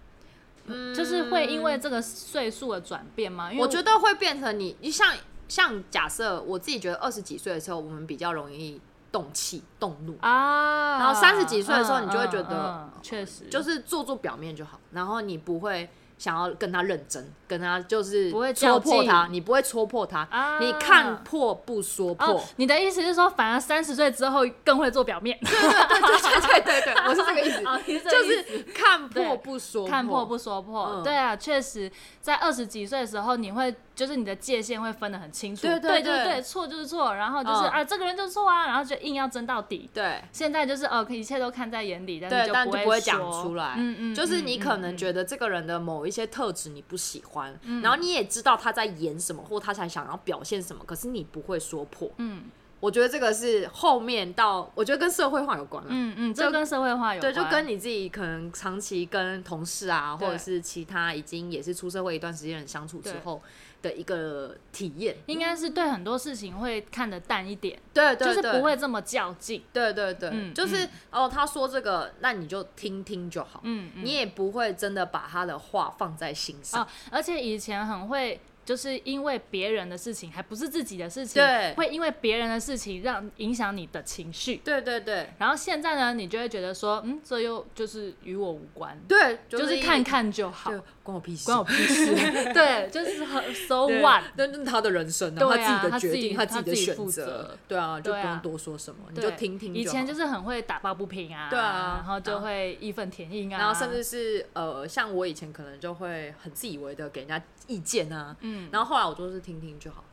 [SPEAKER 1] 就是会因为这个岁数的转变吗？因为
[SPEAKER 2] 嗯我觉得会变成你，你像像假设我自己觉得二十几岁的时候，我们比较容易动气、动怒，
[SPEAKER 1] 啊，
[SPEAKER 2] 然后30几岁的时候你就会觉得
[SPEAKER 1] 嗯嗯嗯确、实
[SPEAKER 2] 就是做做表面就好，然后你不会想要跟他认真，跟他就是
[SPEAKER 1] 不会较
[SPEAKER 2] 戳破
[SPEAKER 1] 劲
[SPEAKER 2] 他，你不会戳破他，
[SPEAKER 1] 啊
[SPEAKER 2] 你看破不说破。
[SPEAKER 1] 哦，你的意思是说，反而三十岁之后更会做表面，
[SPEAKER 2] 对对对对对，我是 这个 意思，
[SPEAKER 1] 哦你是这个
[SPEAKER 2] 就
[SPEAKER 1] 意
[SPEAKER 2] 是看
[SPEAKER 1] 对
[SPEAKER 2] 破不说 破，
[SPEAKER 1] 看破不说破。
[SPEAKER 2] 嗯
[SPEAKER 1] 对啊，确实，在二十几岁的时候，你会就是你的界限会分得很清楚，
[SPEAKER 2] 对
[SPEAKER 1] 对
[SPEAKER 2] 对
[SPEAKER 1] 对
[SPEAKER 2] 对
[SPEAKER 1] 对，错就是错，然后就是、
[SPEAKER 2] 嗯
[SPEAKER 1] 啊，这个人就是错啊，然后就硬要争到底。
[SPEAKER 2] 对。
[SPEAKER 1] 现在就是哦，一切都看在眼里，但
[SPEAKER 2] 对
[SPEAKER 1] 是，
[SPEAKER 2] 但
[SPEAKER 1] 就
[SPEAKER 2] 就
[SPEAKER 1] 不
[SPEAKER 2] 不会
[SPEAKER 1] 说
[SPEAKER 2] 讲出来。
[SPEAKER 1] 嗯嗯，
[SPEAKER 2] 就是
[SPEAKER 1] 嗯
[SPEAKER 2] 你
[SPEAKER 1] 嗯
[SPEAKER 2] 可
[SPEAKER 1] 嗯
[SPEAKER 2] 能觉得这个人的某一些特质你不喜欢，然后你也知道他在演什么，或他才想要表现什么，可是你不会说破。
[SPEAKER 1] 嗯，
[SPEAKER 2] 我觉得这个是后面到，我觉得跟社会化有关了。啊
[SPEAKER 1] 嗯嗯，
[SPEAKER 2] 就
[SPEAKER 1] 这跟社会化有
[SPEAKER 2] 对，
[SPEAKER 1] 关，
[SPEAKER 2] 就跟你自己可能长期跟同事啊，或
[SPEAKER 1] 对
[SPEAKER 2] 者是其他已经也是出社会一段时间的人相处之
[SPEAKER 1] 对
[SPEAKER 2] 后的一个体验。
[SPEAKER 1] 应该是对很多事情会看得淡一点，
[SPEAKER 2] 对对
[SPEAKER 1] 就
[SPEAKER 2] 对，
[SPEAKER 1] 是不会这么较劲。
[SPEAKER 2] 对对对，
[SPEAKER 1] 嗯
[SPEAKER 2] 就是、
[SPEAKER 1] 嗯
[SPEAKER 2] 哦，他说这个，那你就听听就好，
[SPEAKER 1] 嗯嗯
[SPEAKER 2] 你也不会真的把他的话放在心上。
[SPEAKER 1] 哦，而且以前很会，就是因为别人的事情，还不是自己的事情，
[SPEAKER 2] 对
[SPEAKER 1] 会因为别人的事情让影响你的情绪。
[SPEAKER 2] 对对对
[SPEAKER 1] 然后现在呢，你就会觉得说，嗯，这又就是与我无关，
[SPEAKER 2] 对，
[SPEAKER 1] 就是
[SPEAKER 2] 一
[SPEAKER 1] 看，看就好，
[SPEAKER 2] 就关我屁事，
[SPEAKER 1] 关我屁 事。对，就是很 so
[SPEAKER 2] 对
[SPEAKER 1] what，
[SPEAKER 2] 那那是他的人生啊，
[SPEAKER 1] 对啊
[SPEAKER 2] 他
[SPEAKER 1] 他
[SPEAKER 2] 自己的
[SPEAKER 1] 自
[SPEAKER 2] 决
[SPEAKER 1] 己
[SPEAKER 2] 定，
[SPEAKER 1] 他
[SPEAKER 2] 自己的
[SPEAKER 1] 自己
[SPEAKER 2] 选
[SPEAKER 1] 负
[SPEAKER 2] 择
[SPEAKER 1] 责，
[SPEAKER 2] 对啊，就不
[SPEAKER 1] 对啊
[SPEAKER 2] 用多说什么，你就
[SPEAKER 1] 对
[SPEAKER 2] 听听。。
[SPEAKER 1] 以前就是是很会打抱不平啊，
[SPEAKER 2] 对啊
[SPEAKER 1] 然后就会义愤填膺啊，
[SPEAKER 2] 然后甚至是呃，像我以前可能就会很自以为的给人家意见啊，
[SPEAKER 1] 嗯，
[SPEAKER 2] 然后后来我就是听听就好，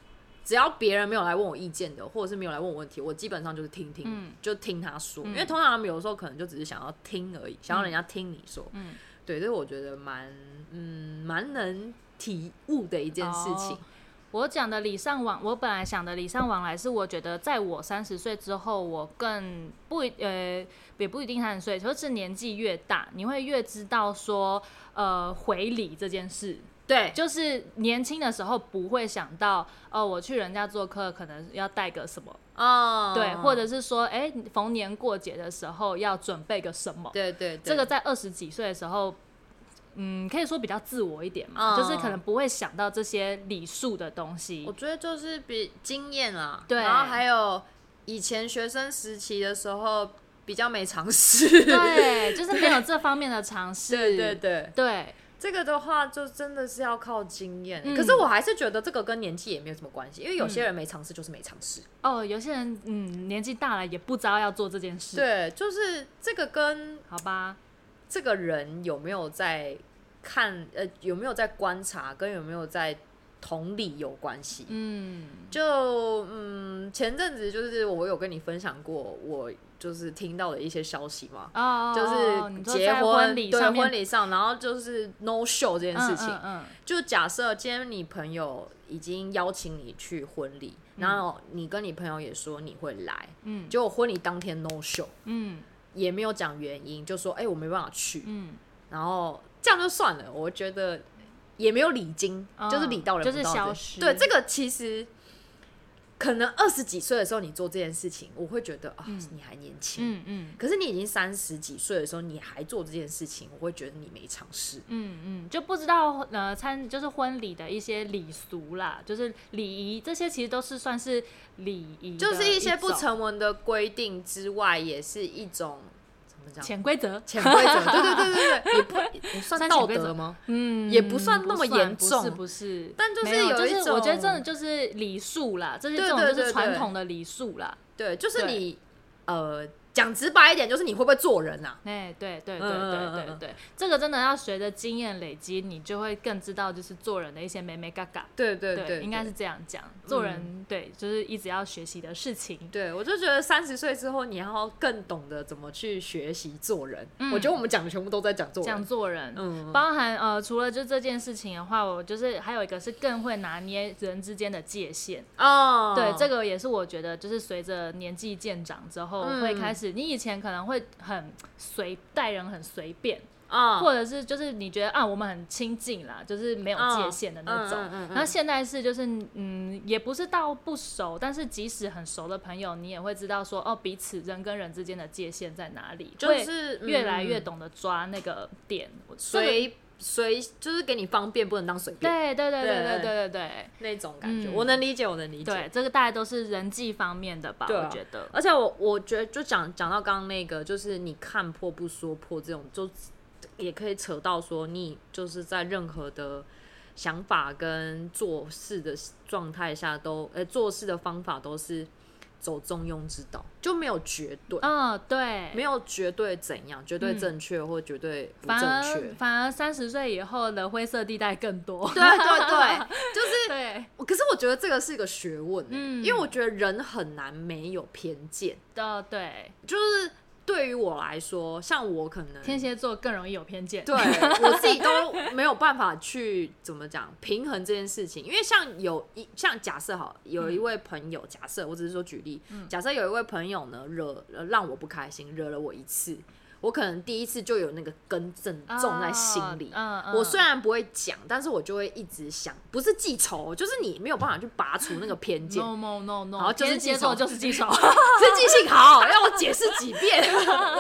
[SPEAKER 2] 只要别人没有来问我意见的，或者是没有来问我问题，我基本上就是听听，
[SPEAKER 1] 嗯
[SPEAKER 2] 就听他说，
[SPEAKER 1] 嗯
[SPEAKER 2] 因为通常他们有时候可能就只是想要听而已，想要人家听你说，
[SPEAKER 1] 嗯
[SPEAKER 2] 对，这是我觉得蛮嗯蛮能体悟的一件事情
[SPEAKER 1] 哦，我讲的礼尚往，我本来想的礼尚往来是，我觉得在我三十岁之后，我更不一呃也不一定三十岁，就是年纪越大，你会越知道说呃回礼这件事，
[SPEAKER 2] 对，
[SPEAKER 1] 就是年轻的时候不会想到哦、我去人家做客可能要带个什么，
[SPEAKER 2] 哦，
[SPEAKER 1] 对，或者是说哎、逢年过节的时候要准备个什么，
[SPEAKER 2] 对对对，
[SPEAKER 1] 这个在二十几岁的时候。嗯，可以说比较自我一点嘛，
[SPEAKER 2] 嗯
[SPEAKER 1] 就是可能不会想到这些礼数的东西。
[SPEAKER 2] 我觉得就是比经验啦，
[SPEAKER 1] 对
[SPEAKER 2] 然后还有以前学生时期的时候比较没尝试，
[SPEAKER 1] 对， 就是没有这方面的尝试。
[SPEAKER 2] 对对对，
[SPEAKER 1] 对
[SPEAKER 2] 这个的话就真的是要靠经验，
[SPEAKER 1] 嗯
[SPEAKER 2] 可是我还是觉得这个跟年纪也没有什么关系，因为有些人没尝试就是没尝试，
[SPEAKER 1] 哦，有些人嗯年纪大了也不知道要做这件事，，
[SPEAKER 2] 对，就是这个跟
[SPEAKER 1] 好吧，
[SPEAKER 2] 这个人有没有在看，呃，有没有在观察，跟有没有在同理有关系，
[SPEAKER 1] 嗯
[SPEAKER 2] 就嗯，前阵子就是我有跟你分享过，我就是听到的一些消息嘛，
[SPEAKER 1] 哦，哦
[SPEAKER 2] 就是
[SPEAKER 1] 你说
[SPEAKER 2] 结
[SPEAKER 1] 在礼
[SPEAKER 2] 对
[SPEAKER 1] 上面
[SPEAKER 2] 婚礼上，然后就是 no show 这件事情。
[SPEAKER 1] 嗯嗯
[SPEAKER 2] 就假设今天你朋友已经邀请你去婚礼，然后你跟你朋友也说你会来，
[SPEAKER 1] 嗯
[SPEAKER 2] 结果婚礼当天 no show，
[SPEAKER 1] 嗯
[SPEAKER 2] 也没有讲原因，就说哎、我没办法去，
[SPEAKER 1] 嗯
[SPEAKER 2] 然后这样就算了，我觉得也没有礼金，
[SPEAKER 1] 嗯
[SPEAKER 2] 就是礼到人
[SPEAKER 1] 就是
[SPEAKER 2] 不到人
[SPEAKER 1] 消失
[SPEAKER 2] 对，这个其实可能二十几岁的时候你做这件事情，我会觉得啊、你还年轻。
[SPEAKER 1] 嗯嗯
[SPEAKER 2] 可是你已经三十几岁的时候，你还做这件事情，我会觉得你没尝试。
[SPEAKER 1] 嗯嗯，就不知道呃参就是婚礼的一些礼俗啦，就是礼仪这些其实都是算是礼仪的种，
[SPEAKER 2] 就是一些不成文的规定之外，也是一种怎么讲？
[SPEAKER 1] 潜规则。
[SPEAKER 2] 潜 规则，对对对对对，也不也算
[SPEAKER 1] 算
[SPEAKER 2] 道
[SPEAKER 1] 潜规则
[SPEAKER 2] 德吗？
[SPEAKER 1] 嗯，
[SPEAKER 2] 也不算那么
[SPEAKER 1] 不算
[SPEAKER 2] 严重
[SPEAKER 1] 不是不是，
[SPEAKER 2] 但就是
[SPEAKER 1] 没有
[SPEAKER 2] 有一
[SPEAKER 1] 就是我觉得
[SPEAKER 2] 种
[SPEAKER 1] 真的就是礼数啦，这些
[SPEAKER 2] 对
[SPEAKER 1] 这种
[SPEAKER 2] 对
[SPEAKER 1] 就
[SPEAKER 2] 对
[SPEAKER 1] 是
[SPEAKER 2] 对
[SPEAKER 1] 传统的礼数啦。
[SPEAKER 2] 对，就是
[SPEAKER 1] 对
[SPEAKER 2] 你呃，讲直白一点，就是你会不会做人啊？
[SPEAKER 1] 哎、对对对
[SPEAKER 2] 嗯嗯
[SPEAKER 1] 对
[SPEAKER 2] 嗯嗯
[SPEAKER 1] 对对，这个真的要随着经验累积，你就会更知道就是做人的一些美美嘎嘎。
[SPEAKER 2] 对对
[SPEAKER 1] 对，应该是这样讲，做人、对就是一直要学习的事情。
[SPEAKER 2] 对，我就觉得三十岁之后，你要更懂得怎么去学习做人。
[SPEAKER 1] 嗯
[SPEAKER 2] 我觉得我们讲的全部都在讲做
[SPEAKER 1] 这样
[SPEAKER 2] 人。
[SPEAKER 1] 做人，
[SPEAKER 2] 嗯，
[SPEAKER 1] 包含呃，除了就这件事情的话，我就是还有一个是更会拿捏人之间的界限。
[SPEAKER 2] 哦，
[SPEAKER 1] 对，这个也是我觉得，就是随着年纪渐长之后，
[SPEAKER 2] 嗯
[SPEAKER 1] 会开始，你以前可能会很随待人很随便，
[SPEAKER 2] 啊，
[SPEAKER 1] 或者是就是你觉得啊，我们很亲近啦，就是没有界限的那种。
[SPEAKER 2] 嗯嗯嗯嗯嗯
[SPEAKER 1] 那现在是就是嗯，也不是到不熟，但是即使很熟的朋友，你也会知道说哦，彼此人跟人之间的界限在哪里，
[SPEAKER 2] 就是
[SPEAKER 1] 会越来
[SPEAKER 2] 嗯
[SPEAKER 1] 越懂得抓那个点。我这个
[SPEAKER 2] 随随就是给你方便，不能当随便
[SPEAKER 1] 对对对对
[SPEAKER 2] 对
[SPEAKER 1] 对对对对
[SPEAKER 2] 那种感觉。
[SPEAKER 1] 嗯
[SPEAKER 2] 我能理解，我能理解。
[SPEAKER 1] 对，这个大概都是人际方面的吧，
[SPEAKER 2] 对啊
[SPEAKER 1] 我觉得。
[SPEAKER 2] 而且我我觉得就讲讲到刚刚那个，就是你看破不说破这种，就也可以扯到说你就是在任何的想法跟做事的状态下都，呃，做事的方法都是走中庸之道，就没有绝对，
[SPEAKER 1] 嗯，对，
[SPEAKER 2] 没有绝对怎样，绝对正确或绝对
[SPEAKER 1] 嗯
[SPEAKER 2] 不
[SPEAKER 1] 反
[SPEAKER 2] 正
[SPEAKER 1] 而
[SPEAKER 2] 确。
[SPEAKER 1] 反而三十岁以后的灰色地带更多。
[SPEAKER 2] 对对对，就是
[SPEAKER 1] 对
[SPEAKER 2] 我，可是我觉得这个是一个学问欸、
[SPEAKER 1] 嗯
[SPEAKER 2] 因为我觉得人很难没有偏见。
[SPEAKER 1] 哦的，对，
[SPEAKER 2] 就是对于我来说，像我可能
[SPEAKER 1] 天蝎座更容易有偏见。
[SPEAKER 2] 对我自己都没有办法去怎么讲平衡这件事情，因为像有一像假设好有
[SPEAKER 1] 嗯
[SPEAKER 2] 一位朋友，假设我只是说举例，假设有一位朋友呢惹呃让我不开心，惹了我一次，我可能第一次就有那个根正种在心里。
[SPEAKER 1] 啊嗯，嗯
[SPEAKER 2] 我虽然不会讲，但是我就会一直想，不是记仇，就是你没有办法去拔除那个偏见，
[SPEAKER 1] no no no no，
[SPEAKER 2] 好就是
[SPEAKER 1] 天蝎
[SPEAKER 2] 记仇
[SPEAKER 1] 座就是记仇，
[SPEAKER 2] 是记性好，要我解释几遍。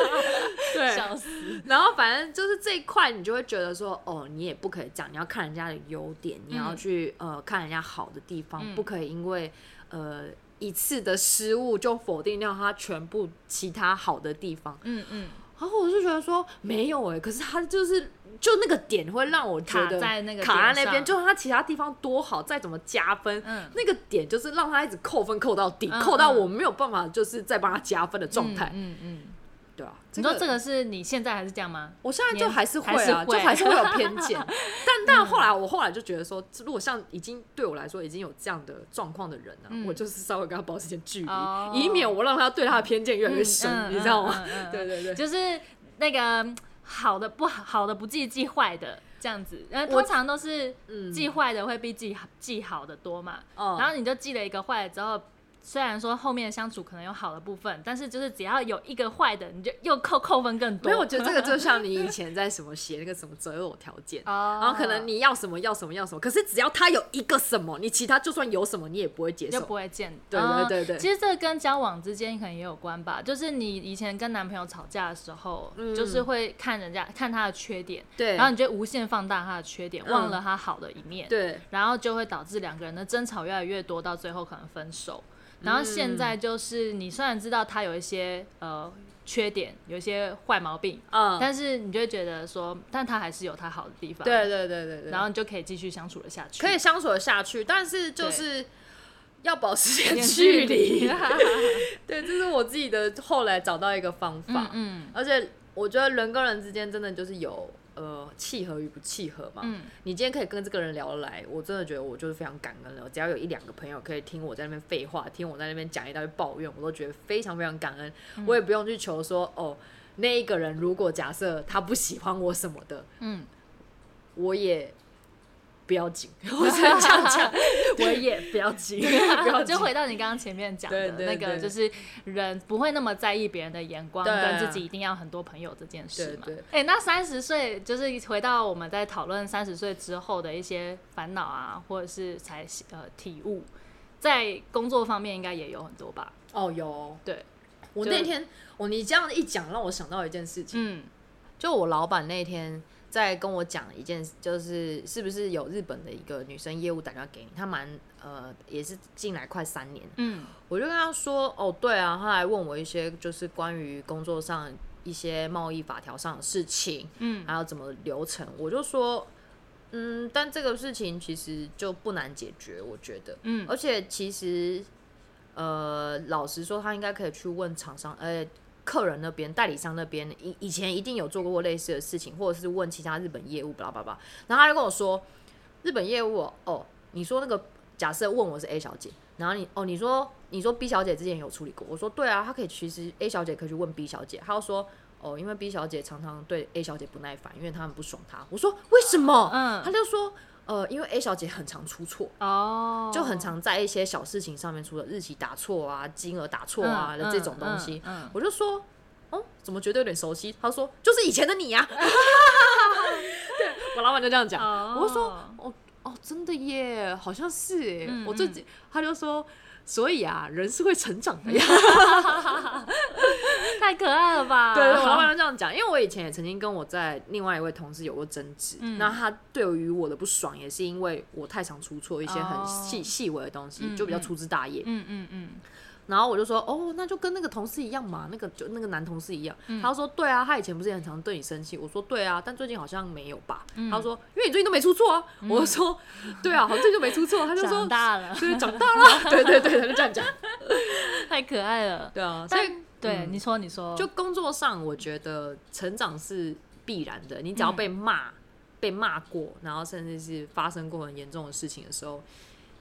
[SPEAKER 2] 对，
[SPEAKER 1] 笑死。
[SPEAKER 2] 然后反正就是这一块，你就会觉得说，哦，你也不可以这样，你要看人家的优点，你要去、呃看人家好的地方，
[SPEAKER 1] 嗯
[SPEAKER 2] 不可以因为呃一次的失误就否定掉他全部其他好的地方。
[SPEAKER 1] 嗯嗯，
[SPEAKER 2] 然后我就觉得说没有哎、可是他就是就那个点会让我觉
[SPEAKER 1] 卡
[SPEAKER 2] 得
[SPEAKER 1] 在那个
[SPEAKER 2] 卡
[SPEAKER 1] 点
[SPEAKER 2] 在那
[SPEAKER 1] 上
[SPEAKER 2] 边，就算他其他地方多好，再怎么加分，
[SPEAKER 1] 嗯
[SPEAKER 2] 那个点就是让他一直扣分扣到底，
[SPEAKER 1] 嗯
[SPEAKER 2] 扣到
[SPEAKER 1] 嗯
[SPEAKER 2] 我没有办法就是再帮他加分的状态，
[SPEAKER 1] 嗯嗯嗯。
[SPEAKER 2] 对啊，
[SPEAKER 1] 你说这个是你现在还是这样吗？
[SPEAKER 2] 我现在就
[SPEAKER 1] 年
[SPEAKER 2] 还是会
[SPEAKER 1] 还是
[SPEAKER 2] 啊，
[SPEAKER 1] 会
[SPEAKER 2] 就还是会有 偏见，但但后来我后来就觉得说，如果像已经对我来说已经有这样的状况的人啊，
[SPEAKER 1] 嗯
[SPEAKER 2] 我就是稍微跟他保持一点距离，
[SPEAKER 1] 哦
[SPEAKER 2] 以免我让他对他的偏见越来越深，
[SPEAKER 1] 嗯嗯
[SPEAKER 2] 你知道吗？
[SPEAKER 1] 嗯嗯嗯
[SPEAKER 2] 对对对，
[SPEAKER 1] 就是那个好的不好，好的不记，记坏的这样子。然后
[SPEAKER 2] 我
[SPEAKER 1] 通常都是
[SPEAKER 2] 嗯
[SPEAKER 1] 记坏的会比记记好的多嘛。
[SPEAKER 2] 嗯
[SPEAKER 1] 然后你就记了一个坏的之后。虽然说后面相处可能有好的部分，但是就是只要有一个坏的，你就又扣扣分更多。
[SPEAKER 2] 没有，我觉得这个就像你以前在什么写那个什么择偶条件。
[SPEAKER 1] 哦，
[SPEAKER 2] 然后可能你要什么要什么要什么，可是只要他有一个什么，你其他就算有什么你也不会接
[SPEAKER 1] 就
[SPEAKER 2] 受
[SPEAKER 1] 不。会见。
[SPEAKER 2] 对
[SPEAKER 1] 哦
[SPEAKER 2] 对对对
[SPEAKER 1] 其实这个跟交往之间可能也有关吧，就是你以前跟男朋友吵架的时候，
[SPEAKER 2] 嗯
[SPEAKER 1] 就是会看人家看他的缺点，
[SPEAKER 2] 对，
[SPEAKER 1] 然后你就无限放大他的缺点，
[SPEAKER 2] 嗯
[SPEAKER 1] 忘了他好的一面，
[SPEAKER 2] 对，
[SPEAKER 1] 然后就会导致两个人的争吵越来越多，到最后可能分手。
[SPEAKER 2] 嗯
[SPEAKER 1] 然后现在就是你虽然知道他有一些呃缺点，有一些坏毛病，
[SPEAKER 2] 嗯，
[SPEAKER 1] 但是你就会觉得说，但他还是有他好的地方，，
[SPEAKER 2] 对对对对对。
[SPEAKER 1] 然后你就可以继续相处了下去，
[SPEAKER 2] 可以相处得下去，但是就是要保持点
[SPEAKER 1] 有点
[SPEAKER 2] 距离。
[SPEAKER 1] 嗯
[SPEAKER 2] 对，这是我自己的后来找到一个方法，
[SPEAKER 1] 嗯
[SPEAKER 2] 而且我觉得人跟人之间真的就是有呃契合与不契合嘛。
[SPEAKER 1] 嗯
[SPEAKER 2] 你今天可以跟这个人聊得来，我真的觉得我就是非常感恩了。只要有一两个朋友可以听我在那边废话，听我在那边讲一大堆抱怨，我都觉得非常非常感恩。
[SPEAKER 1] 嗯
[SPEAKER 2] 我也不用去求说哦，那一个人如果假设他不喜欢我什么的，
[SPEAKER 1] 嗯，
[SPEAKER 2] 我也不要紧， 我只能这样 讲，我也不要紧，不要 紧
[SPEAKER 1] 就。回到你刚刚前面讲的
[SPEAKER 2] 对对
[SPEAKER 1] 那个，
[SPEAKER 2] 对
[SPEAKER 1] 就是人不会那么在意别人的眼光，
[SPEAKER 2] 对啊
[SPEAKER 1] 跟自己一定要很多朋友这件事嘛
[SPEAKER 2] 对对。
[SPEAKER 1] 哎、那三十岁就是回到我们在讨论三十岁之后的一些烦恼啊，或者是才呃体悟，在工作方面应该也有很多吧？
[SPEAKER 2] 哦，有
[SPEAKER 1] 对，
[SPEAKER 2] 我
[SPEAKER 1] 就
[SPEAKER 2] 那天我你这样一讲，让我想到一件事情，
[SPEAKER 1] 嗯
[SPEAKER 2] 就我老板那天在跟我讲一件，就是是不是有日本的一个女生业务打电话给你，她蛮呃也是进来快三年，
[SPEAKER 1] 嗯
[SPEAKER 2] 我就跟他说，哦，对啊，他还问我一些就是关于工作上一些贸易法条上的事情，
[SPEAKER 1] 嗯
[SPEAKER 2] 还有怎么流程，我就说，嗯，但这个事情其实就不难解决，我觉得，
[SPEAKER 1] 嗯
[SPEAKER 2] 而且其实，呃，老实说，他应该可以去问厂商，呃，客人那边、代理商那边，以以前一定有做过类似的事情，或者是问其他日本业务，巴拉巴拉。然后他就跟我说，日本业务哦哦，你说那个假设问我是 A 小姐，然后你哦你说你说 B 小姐之前有处理过，我说对啊，她可以其实 A 小姐可以去问 B 小姐，她就说哦因为 B 小姐常常对 A 小姐不耐烦，因为他们不爽她。我说为什么？
[SPEAKER 1] 嗯
[SPEAKER 2] 她就说呃因为 A 小姐很常出错，
[SPEAKER 1] 哦，
[SPEAKER 2] 就很常在一些小事情上面出了日期打错啊、金额打错啊
[SPEAKER 1] 嗯
[SPEAKER 2] 的这种东西，
[SPEAKER 1] 嗯嗯嗯
[SPEAKER 2] 我就说，哦，怎么觉得有点熟悉？他说，就是以前的你呀、 对，我老板就这样讲，
[SPEAKER 1] 哦
[SPEAKER 2] 我就说，哦哦，真的耶，好像是耶，
[SPEAKER 1] 嗯
[SPEAKER 2] 我最近他就说。所以啊，人是会成长的呀。
[SPEAKER 1] 太可爱了吧？
[SPEAKER 2] 对，我老板就这样讲，因为我以前也曾经跟我在另外一位同事有过争执，
[SPEAKER 1] 嗯
[SPEAKER 2] 那他对于我的不爽也是因为我太常出错一些很细
[SPEAKER 1] 哦
[SPEAKER 2] 细微的东西，
[SPEAKER 1] 嗯
[SPEAKER 2] 就比较
[SPEAKER 1] 嗯
[SPEAKER 2] 粗枝大叶。
[SPEAKER 1] 嗯嗯嗯
[SPEAKER 2] 然后我就说，哦，那就跟那个同事一样嘛，那个就那个男同事一样。
[SPEAKER 1] 嗯
[SPEAKER 2] 他说，对啊，他以前不是也很常对你生气？我说，对啊，但最近好像没有吧？
[SPEAKER 1] 嗯
[SPEAKER 2] 他说，因为你最近都没出错啊。我说，对啊，好像最近都没 出错。他就
[SPEAKER 1] 嗯，
[SPEAKER 2] 说
[SPEAKER 1] 长，大了，
[SPEAKER 2] 对，长大了， 对对对，他就这样讲。
[SPEAKER 1] 太可爱了。
[SPEAKER 2] 对啊，所
[SPEAKER 1] 但
[SPEAKER 2] 以
[SPEAKER 1] 对，
[SPEAKER 2] 嗯
[SPEAKER 1] 你说你说，
[SPEAKER 2] 就工作上，我觉得成长是必然的。你只要
[SPEAKER 1] 嗯
[SPEAKER 2] 被骂、被骂过，然后甚至是发生过很严重的事情的时候，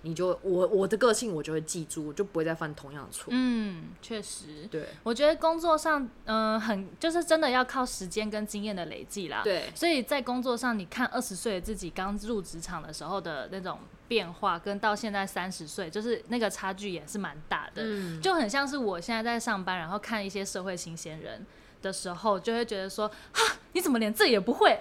[SPEAKER 2] 你就我我的个性我就会记住，我就不会再犯同样的错。
[SPEAKER 1] 嗯，确实，
[SPEAKER 2] 对
[SPEAKER 1] 我觉得工作上，嗯、很就是真的要靠时间跟经验的累积啦。
[SPEAKER 2] 对，
[SPEAKER 1] 所以在工作上，你看二十岁的自己刚入职场的时候的那种变化，跟到现在三十岁，就是那个差距也是蛮大的，
[SPEAKER 2] 嗯
[SPEAKER 1] 就很像是我现在在上班，然后看一些社会新鲜人的时候，就会觉得说，哈，你怎么连这也不会？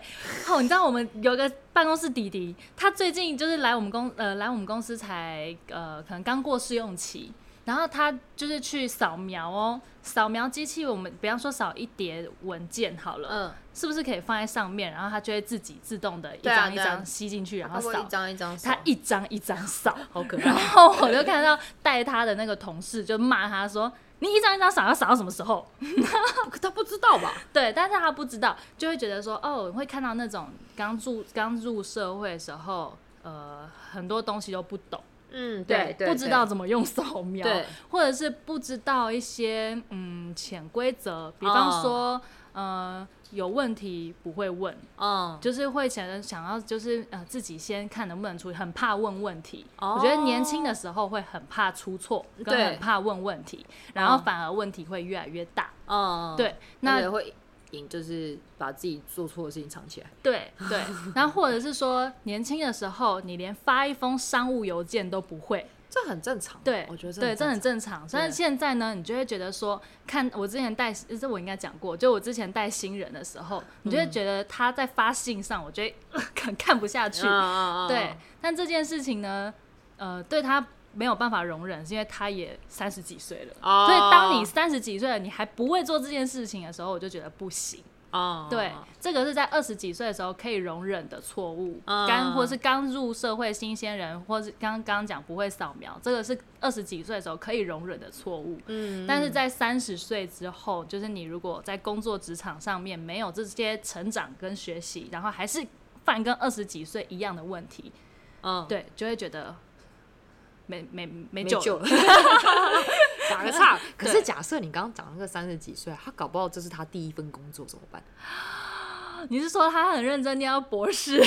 [SPEAKER 1] 哦，你知道我们有个办公室弟弟，他最近就是来我们公呃来我们公司才呃可能刚过试用期，然后他就是去扫描哦，扫描机器我们比方说扫一叠文件好了，
[SPEAKER 2] 嗯，
[SPEAKER 1] 是不是可以放在上面，然后它就会自己自动的一
[SPEAKER 2] 对啊
[SPEAKER 1] 张一
[SPEAKER 2] 对啊
[SPEAKER 1] 张吸进去，然后
[SPEAKER 2] 他会
[SPEAKER 1] 扫
[SPEAKER 2] 一。张一张扫，
[SPEAKER 1] 它一张一张扫，
[SPEAKER 2] 好可
[SPEAKER 1] 然
[SPEAKER 2] 爱。
[SPEAKER 1] 后我就看到带他的那个同事就骂他说：“你一张一张扫，要扫到什么时候
[SPEAKER 2] 他不知道吧？？”
[SPEAKER 1] 对，但是他不知道，就会觉得说：“哦，会看到那种刚入刚入社会的时候，呃，很多东西都不懂，
[SPEAKER 2] 嗯，
[SPEAKER 1] 不知道怎么用扫描，
[SPEAKER 2] 对
[SPEAKER 1] 或者是不知道一些嗯潜规则，比方
[SPEAKER 2] 哦
[SPEAKER 1] 说，呃，有问题不会问，
[SPEAKER 2] 嗯，
[SPEAKER 1] 就是会想着想要就是呃自己先看能不能处理，很怕问问题。
[SPEAKER 2] 哦
[SPEAKER 1] 我觉得年轻的时候会很怕出错，跟
[SPEAKER 2] 对
[SPEAKER 1] 很怕问问题，然后
[SPEAKER 2] 嗯
[SPEAKER 1] 反而问题会越来越大。
[SPEAKER 2] 嗯，
[SPEAKER 1] 对，
[SPEAKER 2] 那
[SPEAKER 1] 那
[SPEAKER 2] 也会引，就是把自己做错的事情藏起来。
[SPEAKER 1] 对对，然后或者是说年轻的时候你连发一封商务邮件都不会，
[SPEAKER 2] 这很正常，
[SPEAKER 1] 对，
[SPEAKER 2] 我觉得
[SPEAKER 1] 对，这很
[SPEAKER 2] 正
[SPEAKER 1] 正常。但是
[SPEAKER 2] 对
[SPEAKER 1] 现在呢，你就会觉得说，看我之前带，这我应该讲过，就我之前带新人的时候，你就会
[SPEAKER 2] 嗯
[SPEAKER 1] 觉得他在发信上，我就会 看看不下去
[SPEAKER 2] 常。嗯，嗯嗯嗯
[SPEAKER 1] 对，但这件事情呢，呃，对他没有办法容忍，是因为他也三十几岁了。
[SPEAKER 2] 哦
[SPEAKER 1] 所以，当你三十几岁了，你还不会做这件事情的时候，我就觉得不行。
[SPEAKER 2] 哦，
[SPEAKER 1] 对，这个是在二十几岁的时候可以容忍的错误，
[SPEAKER 2] 嗯
[SPEAKER 1] 刚或是刚入社会新鲜人，或是刚刚讲不会扫描，这个是二十几岁的时候可以容忍的错误。
[SPEAKER 2] 嗯，
[SPEAKER 1] 但是在三十岁之后，就是你如果在工作职场上面没有这些成长跟学习，然后还是犯跟二十几岁一样的问题，
[SPEAKER 2] 嗯，
[SPEAKER 1] 对，就会觉得没没没
[SPEAKER 2] 没
[SPEAKER 1] 救
[SPEAKER 2] 救
[SPEAKER 1] 了。
[SPEAKER 2] 了，打 个岔。可是
[SPEAKER 1] 对
[SPEAKER 2] 假设你刚刚讲那个三十几岁，他搞不好这是他第一份工作怎么办？
[SPEAKER 1] 你是说他很认真念到博 士？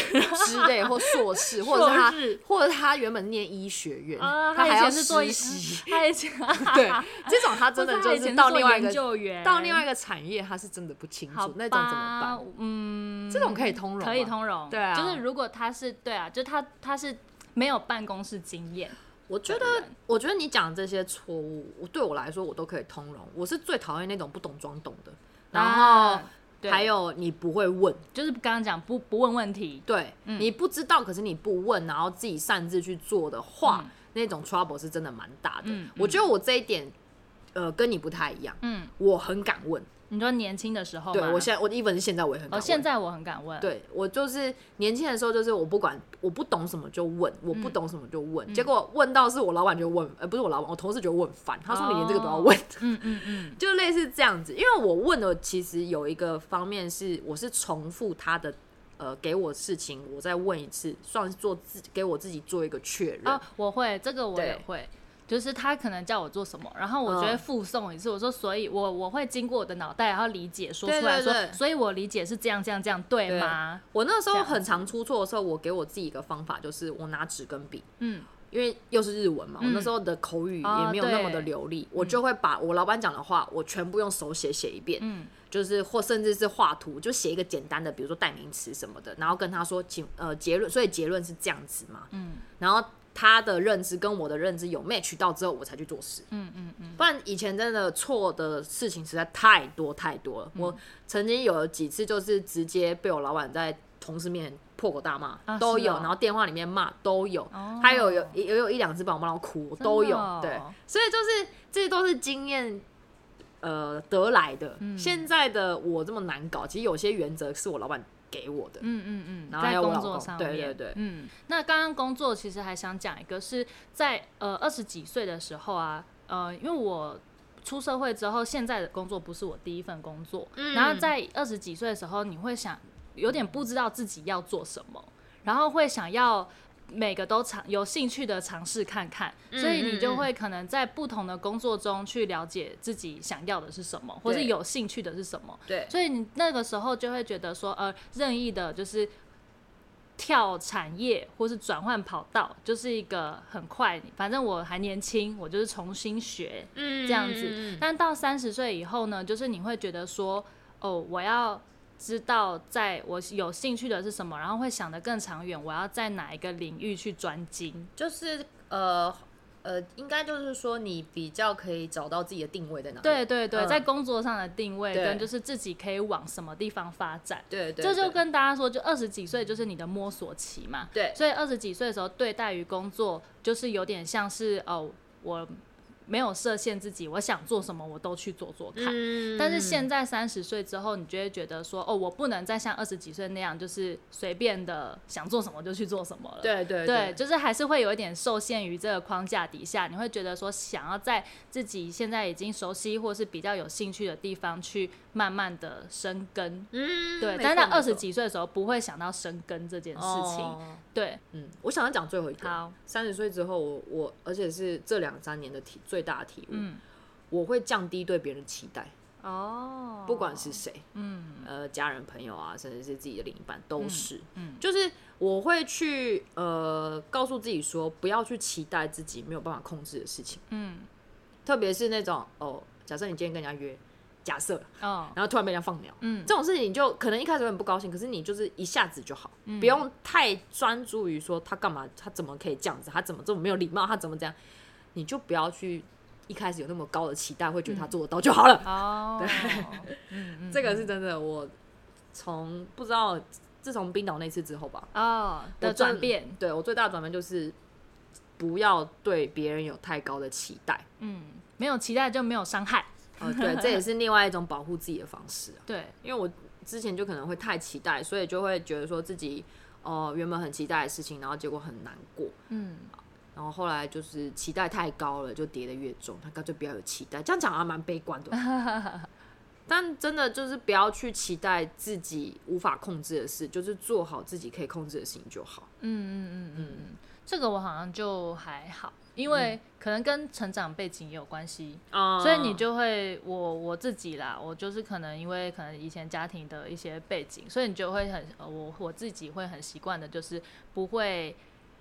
[SPEAKER 2] 之类或硕士，或者是他
[SPEAKER 1] 硕士，
[SPEAKER 2] 或者他原本念医学院，
[SPEAKER 1] 啊，
[SPEAKER 2] 他
[SPEAKER 1] 以
[SPEAKER 2] 还要
[SPEAKER 1] 前是做
[SPEAKER 2] 实
[SPEAKER 1] 医，
[SPEAKER 2] 习。
[SPEAKER 1] 他以前
[SPEAKER 2] 对，这种他真的
[SPEAKER 1] 或是他
[SPEAKER 2] 就
[SPEAKER 1] 以前
[SPEAKER 2] 到
[SPEAKER 1] 做
[SPEAKER 2] 另外
[SPEAKER 1] 研
[SPEAKER 2] 一个
[SPEAKER 1] 究员，
[SPEAKER 2] 到另外一个产业，他是真的不清
[SPEAKER 1] 好
[SPEAKER 2] 楚，那种怎么
[SPEAKER 1] 吧
[SPEAKER 2] 办？？
[SPEAKER 1] 嗯，
[SPEAKER 2] 这种可以通融吗，
[SPEAKER 1] 可以通融，
[SPEAKER 2] 对啊
[SPEAKER 1] 就是如果他是对啊，就他他是没有办公室经验，
[SPEAKER 2] 我觉得，我觉得你讲这些错误，我对我来说我都可以通融。我是最讨厌那种不懂装懂的，然后
[SPEAKER 1] 啊对
[SPEAKER 2] 还有你不会问，
[SPEAKER 1] 就是刚刚讲不不问问题，
[SPEAKER 2] 对、
[SPEAKER 1] 嗯
[SPEAKER 2] 你不知道，可是你不问，然后自己擅自去做的话，那种 trouble 是真的蛮大的。
[SPEAKER 1] 嗯嗯嗯
[SPEAKER 2] 我觉得我这一点，呃，跟你不太一样，
[SPEAKER 1] 嗯，
[SPEAKER 2] 我很敢问。
[SPEAKER 1] 你说年轻的时候
[SPEAKER 2] 对
[SPEAKER 1] 吗
[SPEAKER 2] 我现在，我 even 现在我也很敢
[SPEAKER 1] 哦，
[SPEAKER 2] 问。
[SPEAKER 1] 现在我很敢问，
[SPEAKER 2] 对我就是年轻的时候，就是我不管我不懂什么就问，我不懂什么就问，结果问到是我老板就问，呃，不是我老板，我同事就问烦，他说你连这个都要问，
[SPEAKER 1] 嗯，嗯嗯
[SPEAKER 2] 就类似这样子。因为我问的其实有一个方面是，我是重复他的。呃，给我事情，我再问一次，算是做自给我自己做一个确认。
[SPEAKER 1] 嗯，哦，我会这个我也
[SPEAKER 2] 对
[SPEAKER 1] 会。就是他可能叫我做什么，然后我就会
[SPEAKER 2] 嗯
[SPEAKER 1] 附送一次。我说，所以我我会经过我的脑袋，然后理解说
[SPEAKER 2] 对
[SPEAKER 1] 出来
[SPEAKER 2] 对
[SPEAKER 1] 说，
[SPEAKER 2] 对
[SPEAKER 1] 所以我理解是这样这样这样，对
[SPEAKER 2] 对
[SPEAKER 1] 吗？
[SPEAKER 2] 我那时
[SPEAKER 1] 这
[SPEAKER 2] 候
[SPEAKER 1] 样
[SPEAKER 2] 很常出错的时候，我给我自己一个方法，就是我拿纸跟笔，
[SPEAKER 1] 嗯，
[SPEAKER 2] 因为又是日文嘛，
[SPEAKER 1] 嗯
[SPEAKER 2] 我那时候的口语
[SPEAKER 1] 哦
[SPEAKER 2] 也没有那么
[SPEAKER 1] 对嗯
[SPEAKER 2] 的流利，我就会把我老板讲的话，我全部用手写写一遍，
[SPEAKER 1] 嗯
[SPEAKER 2] 就是或甚至是画图，就写一个简单的，比如说代名词什么的，然后跟他说，请呃结论，所以结论是这样子嘛，
[SPEAKER 1] 嗯
[SPEAKER 2] 然后他的认知跟我的认知有 match 到之后，我才去做事，
[SPEAKER 1] 嗯嗯嗯，
[SPEAKER 2] 不然以前真的错的事情实在太多太多
[SPEAKER 1] 嗯
[SPEAKER 2] 了，我曾经有几次就是直接被我老板在同事面前破口大骂、
[SPEAKER 1] 啊
[SPEAKER 2] 都
[SPEAKER 1] 是
[SPEAKER 2] 有，
[SPEAKER 1] 哦
[SPEAKER 2] 然后电话里面骂都有，
[SPEAKER 1] 哦
[SPEAKER 2] 还有有也有一两次把我骂到哭
[SPEAKER 1] 的
[SPEAKER 2] 都有，
[SPEAKER 1] 哦
[SPEAKER 2] 对，所以就是这些都是经验。呃，得来的、
[SPEAKER 1] 嗯
[SPEAKER 2] 现在的我这么难搞，其实有些原则是我老板给我的。
[SPEAKER 1] 嗯嗯嗯，
[SPEAKER 2] 然后还
[SPEAKER 1] 在
[SPEAKER 2] 有我
[SPEAKER 1] 工
[SPEAKER 2] 老
[SPEAKER 1] 作
[SPEAKER 2] 公
[SPEAKER 1] 上面，
[SPEAKER 2] 对对对
[SPEAKER 1] 嗯，那刚刚工作其实还想讲一个是在呃二十几岁的时候啊，呃，因为我出社会之后，现在的工作不是我第一份工作，
[SPEAKER 2] 嗯
[SPEAKER 1] 然后在二十几岁的时候，你会想有点不知道自己要做什么，然后会想要。每个都尝有兴趣的尝试看看，
[SPEAKER 2] 嗯
[SPEAKER 1] 所以你就会可能在不同的工作中去了解自己想要的是什么，或是
[SPEAKER 2] 对
[SPEAKER 1] 有兴趣的是什么。
[SPEAKER 2] 对，
[SPEAKER 1] 所以你那个时候就会觉得说，呃，任意的，就是跳产业或是转换跑道，就是一个很快。反正我还年轻，我就是重新学
[SPEAKER 2] 嗯
[SPEAKER 1] 这样子。但到三十岁以后呢，就是你会觉得说，哦，我要知道在我有兴趣的是什么，然后会想得更长远，我要在哪一个领域去专精。
[SPEAKER 2] 就是呃呃，应该就是说你比较可以找到自己的定位在哪里。
[SPEAKER 1] 对对对，
[SPEAKER 2] 嗯
[SPEAKER 1] 在工作上的定位
[SPEAKER 2] 对
[SPEAKER 1] 跟就是自己可以往什么地方发展。
[SPEAKER 2] 对对，
[SPEAKER 1] 这就
[SPEAKER 2] 对
[SPEAKER 1] 跟大家说，就二十几岁就是你的摸索期嘛。
[SPEAKER 2] 对
[SPEAKER 1] 所以二十几岁的时候，对待于工作就是有点像是哦，我没有设限自己，我想做什么我都去做做看。
[SPEAKER 2] 嗯
[SPEAKER 1] 但是现在三十岁之后，你就会觉得说，哦，我不能再像二十几岁那样，就是随便的想做什么就去做什么了。
[SPEAKER 2] 对对
[SPEAKER 1] 对，就是还是会有一点受限于这个框架底下，你会觉得说想要在自己现在已经熟悉或是比较有兴趣的地方去慢慢的生根。
[SPEAKER 2] 嗯，
[SPEAKER 1] 对，
[SPEAKER 2] 没
[SPEAKER 1] 但是到
[SPEAKER 2] 错没
[SPEAKER 1] 二十
[SPEAKER 2] 错
[SPEAKER 1] 几岁的时候不会想到生根这件事情。
[SPEAKER 2] 哦
[SPEAKER 1] 对，
[SPEAKER 2] 嗯，我想要讲最后一个。
[SPEAKER 1] 好，
[SPEAKER 2] 三十岁之后我，我而且是这两三年的体最大的体悟，
[SPEAKER 1] 嗯，
[SPEAKER 2] 我会降低对别人的期待，
[SPEAKER 1] 哦，
[SPEAKER 2] 不管是谁，
[SPEAKER 1] 嗯
[SPEAKER 2] 呃，家人、朋友啊，甚至是自己的另一半，都是，
[SPEAKER 1] 嗯
[SPEAKER 2] 就是我会去呃告诉自己说，不要去期待自己没有办法控制的事情，
[SPEAKER 1] 嗯
[SPEAKER 2] 特别是那种哦，假设你今天跟人家约，假设，
[SPEAKER 1] 哦
[SPEAKER 2] 然后突然被人家放鸟，
[SPEAKER 1] 嗯
[SPEAKER 2] 这种事情你就可能一开始会很不高兴，可是你就是一下子就好，
[SPEAKER 1] 嗯
[SPEAKER 2] 不用太专注于说他干嘛，他怎么可以这样子，他怎么这么没有礼貌，他怎么这样，你就不要去一开始有那么高的期待，会觉得他做得到就好了。
[SPEAKER 1] 哦，嗯嗯
[SPEAKER 2] 这个是真的，我从不知道自从冰岛那次之后吧，
[SPEAKER 1] 哦
[SPEAKER 2] 我
[SPEAKER 1] 的
[SPEAKER 2] 真
[SPEAKER 1] 转变，
[SPEAKER 2] 对我最大的转变就是不要对别人有太高的期待。
[SPEAKER 1] 嗯，没有期待就没有伤害，
[SPEAKER 2] 呃，对，这也是另外一种保护自己的方式啊。
[SPEAKER 1] 对，
[SPEAKER 2] 因为我之前就可能会太期待，所以就会觉得说自己哦、呃原本很期待的事情，然后结果很难过，
[SPEAKER 1] 嗯，
[SPEAKER 2] 然后后来就是期待太高了，就跌得越重。他干脆不要有期待，这样讲还蛮悲观的。 但真的就是不要去期待自己无法控制的事，就是做好自己可以控制的事情就好。
[SPEAKER 1] 嗯嗯嗯嗯，嗯，这个我好像就还好，因为可能跟成长背景也有关系，
[SPEAKER 2] 啊
[SPEAKER 1] 所以你就会我我自己啦，我就是可能因为可能以前家庭的一些背景，所以你就会很呃我我自己会很习惯的，就是不会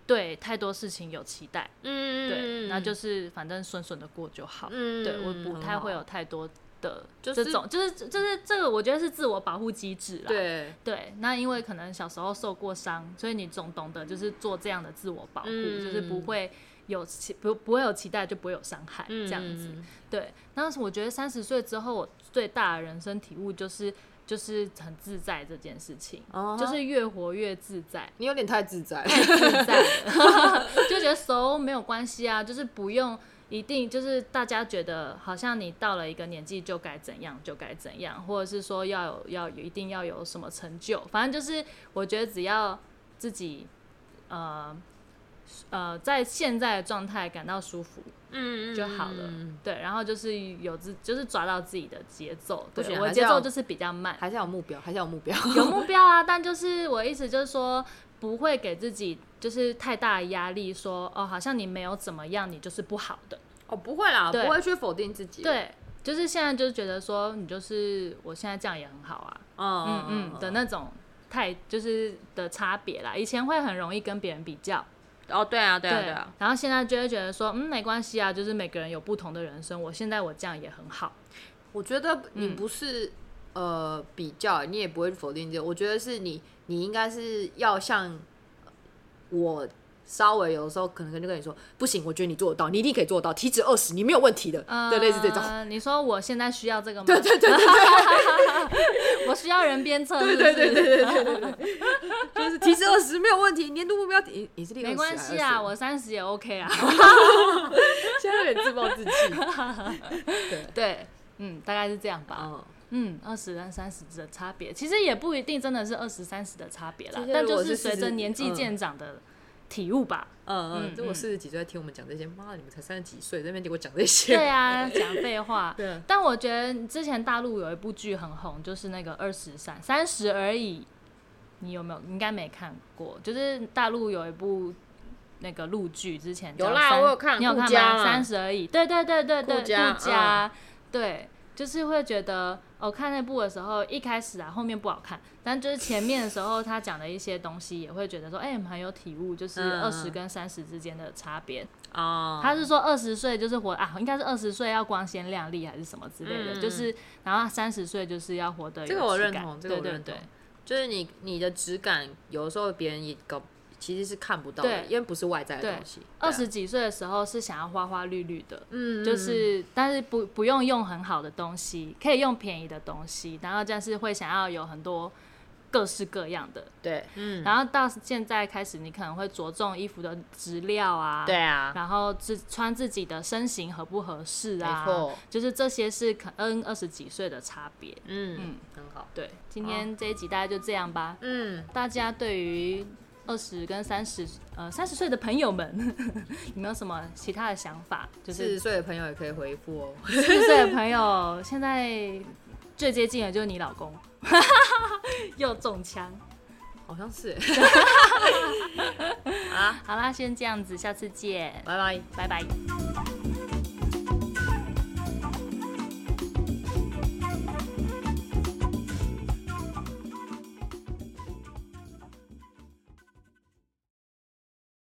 [SPEAKER 1] 对太多事情有期待，
[SPEAKER 2] 嗯
[SPEAKER 1] 对，那就是是反正顺顺的过就好，
[SPEAKER 2] 嗯
[SPEAKER 1] 对我不太会有
[SPEAKER 2] 很好
[SPEAKER 1] 太多的
[SPEAKER 2] 就是
[SPEAKER 1] 这种，就是就是这个我觉得是自我保护机制啦，
[SPEAKER 2] 对。
[SPEAKER 1] 对，那因为可能小时候受过伤，所以你总懂得就是做这样的自我保护，
[SPEAKER 2] 嗯
[SPEAKER 1] 就是不会有期不不会有期待，就不会有伤害这样子。
[SPEAKER 2] 嗯
[SPEAKER 1] 对，那我觉得三十岁之后，我最大的人生体悟就是就是很自在这件事情
[SPEAKER 2] 哦
[SPEAKER 1] 就是越活越自在。
[SPEAKER 2] 你有点太自 在了，
[SPEAKER 1] 自在 了，就觉得熟没有关系啊，就是不用一定就是大家觉得好像你到了一个年纪就该怎样就该怎样，或者是说要有要有一定要有什么成就，反正就是我觉得只要自己呃呃在现在的状态感到舒服
[SPEAKER 2] 嗯
[SPEAKER 1] 就好了。对，然后就是有自就是抓到自己的节奏，
[SPEAKER 2] 不
[SPEAKER 1] 对
[SPEAKER 2] 行
[SPEAKER 1] 我
[SPEAKER 2] 还是
[SPEAKER 1] 节奏
[SPEAKER 2] 要
[SPEAKER 1] 就是比较慢，
[SPEAKER 2] 还是要有目标，还是要有目 标。
[SPEAKER 1] 有目标啊，但就是我意思就是说，不会给自己就是太大的压力说哦，好像你没有怎么样，你就是不好的。
[SPEAKER 2] 哦，不会啦，不
[SPEAKER 1] 对
[SPEAKER 2] 会去否定自己。，
[SPEAKER 1] 对，就是现在就是觉得说，嗯你就是我现在这样也很好啊，嗯
[SPEAKER 2] 嗯
[SPEAKER 1] 嗯的那种态，就是的差别啦。以前会很容易跟别人比较，
[SPEAKER 2] 哦，对啊，对啊，对啊，
[SPEAKER 1] 然后现在就会觉得说，嗯，没关系啊，就是每个人有不同的人生，我现在我这样也很好。
[SPEAKER 2] 我觉得你不是、呃比较，你也不会否定这个。我觉得是你，你应该是要像呃我稍微有的时候可能就跟你说，不行，我觉得你做得到，你一定可以做得到，体脂二十，你没有问题的，对，类似这种。
[SPEAKER 1] 呃你说我现在需要这个吗？对对对对我需要人鞭策，对
[SPEAKER 2] 对对对对对对对，就是体脂二十没有问题，年度目标也也是定
[SPEAKER 1] 没关系啊，我三十也 OK 啊。
[SPEAKER 2] 现在有点自暴自弃。对，
[SPEAKER 1] 对，嗯，大概是这样吧。
[SPEAKER 2] 嗯，
[SPEAKER 1] 嗯，二十跟三十的差别，其实也不一定真的是二十三十的差别啦
[SPEAKER 2] 其，实
[SPEAKER 1] 但
[SPEAKER 2] 如
[SPEAKER 1] 就
[SPEAKER 2] 果
[SPEAKER 1] 是
[SPEAKER 2] 是嗯
[SPEAKER 1] 随着
[SPEAKER 2] 40
[SPEAKER 1] 年纪渐长的体悟吧。嗯
[SPEAKER 2] 嗯嗯，就我
[SPEAKER 1] 嗯
[SPEAKER 2] 四十几岁在听我们讲这些，妈的，你们才三十几岁，在那边给我讲这些。
[SPEAKER 1] 对啊，讲废话。
[SPEAKER 2] 对
[SPEAKER 1] 但我觉得之前大陆有一部剧很红，就是那个二十三三十而已，你有没有？你应该没看过，就是大陆有一部。那个陆剧之前叫
[SPEAKER 2] 有啦
[SPEAKER 1] 三
[SPEAKER 2] 我有看
[SPEAKER 1] 你有
[SPEAKER 2] 顾
[SPEAKER 1] 看
[SPEAKER 2] 家
[SPEAKER 1] 吗？
[SPEAKER 2] 嘛
[SPEAKER 1] 三十而已，对对对对对，
[SPEAKER 2] 顾家
[SPEAKER 1] 顾家对，就是会觉得哦，看那部的时候，一开始啊，后面不好看，但就是前面的时候，他讲的一些东西也会觉得说，哎、蛮有体悟，就是
[SPEAKER 2] 嗯
[SPEAKER 1] 二十跟三十之间的差别。
[SPEAKER 2] 啊，
[SPEAKER 1] 他是说二十岁就是活啊，应该是二十岁要光鲜亮丽还是什么之类的，
[SPEAKER 2] 嗯
[SPEAKER 1] 就是然后三十岁就是要活得有
[SPEAKER 2] 这个我
[SPEAKER 1] 质
[SPEAKER 2] 认
[SPEAKER 1] 感
[SPEAKER 2] 同这个我
[SPEAKER 1] 对对
[SPEAKER 2] 认
[SPEAKER 1] 对
[SPEAKER 2] 同啊就是你你的质感，有的时候别人也搞其实是看不到的，
[SPEAKER 1] 对
[SPEAKER 2] 因为不是外在的
[SPEAKER 1] 对
[SPEAKER 2] 东西。啊
[SPEAKER 1] 二十几岁的时候是想要花花绿绿的，
[SPEAKER 2] 嗯
[SPEAKER 1] 就是但是不不用用很好的东西，可以用便宜的东西，然后但是会想要有很多各式各样的。
[SPEAKER 2] 对，嗯，
[SPEAKER 1] 然后到现在开始，你可能会着重衣服的质量啊，
[SPEAKER 2] 对，啊，
[SPEAKER 1] 然后自穿自己的身形合不合适啊，
[SPEAKER 2] 没错，
[SPEAKER 1] 就是这些是可能二十几岁的差别。
[SPEAKER 2] 嗯，很好，
[SPEAKER 1] 对，今天这一集大概就这样吧。
[SPEAKER 2] 嗯，
[SPEAKER 1] 大家对于二十跟三十，呃，三十岁的朋友们， 有没有什么其他的想法？就
[SPEAKER 2] 四十
[SPEAKER 1] 是
[SPEAKER 2] 岁的朋友也可以回复哦。
[SPEAKER 1] 四十岁的朋友，现在最接近的就是你老公， 又中枪。
[SPEAKER 2] 好 像是。 好啦，
[SPEAKER 1] 好啦，先这样子，下次见，
[SPEAKER 2] 拜
[SPEAKER 1] 拜
[SPEAKER 2] 拜。
[SPEAKER 1] 拜。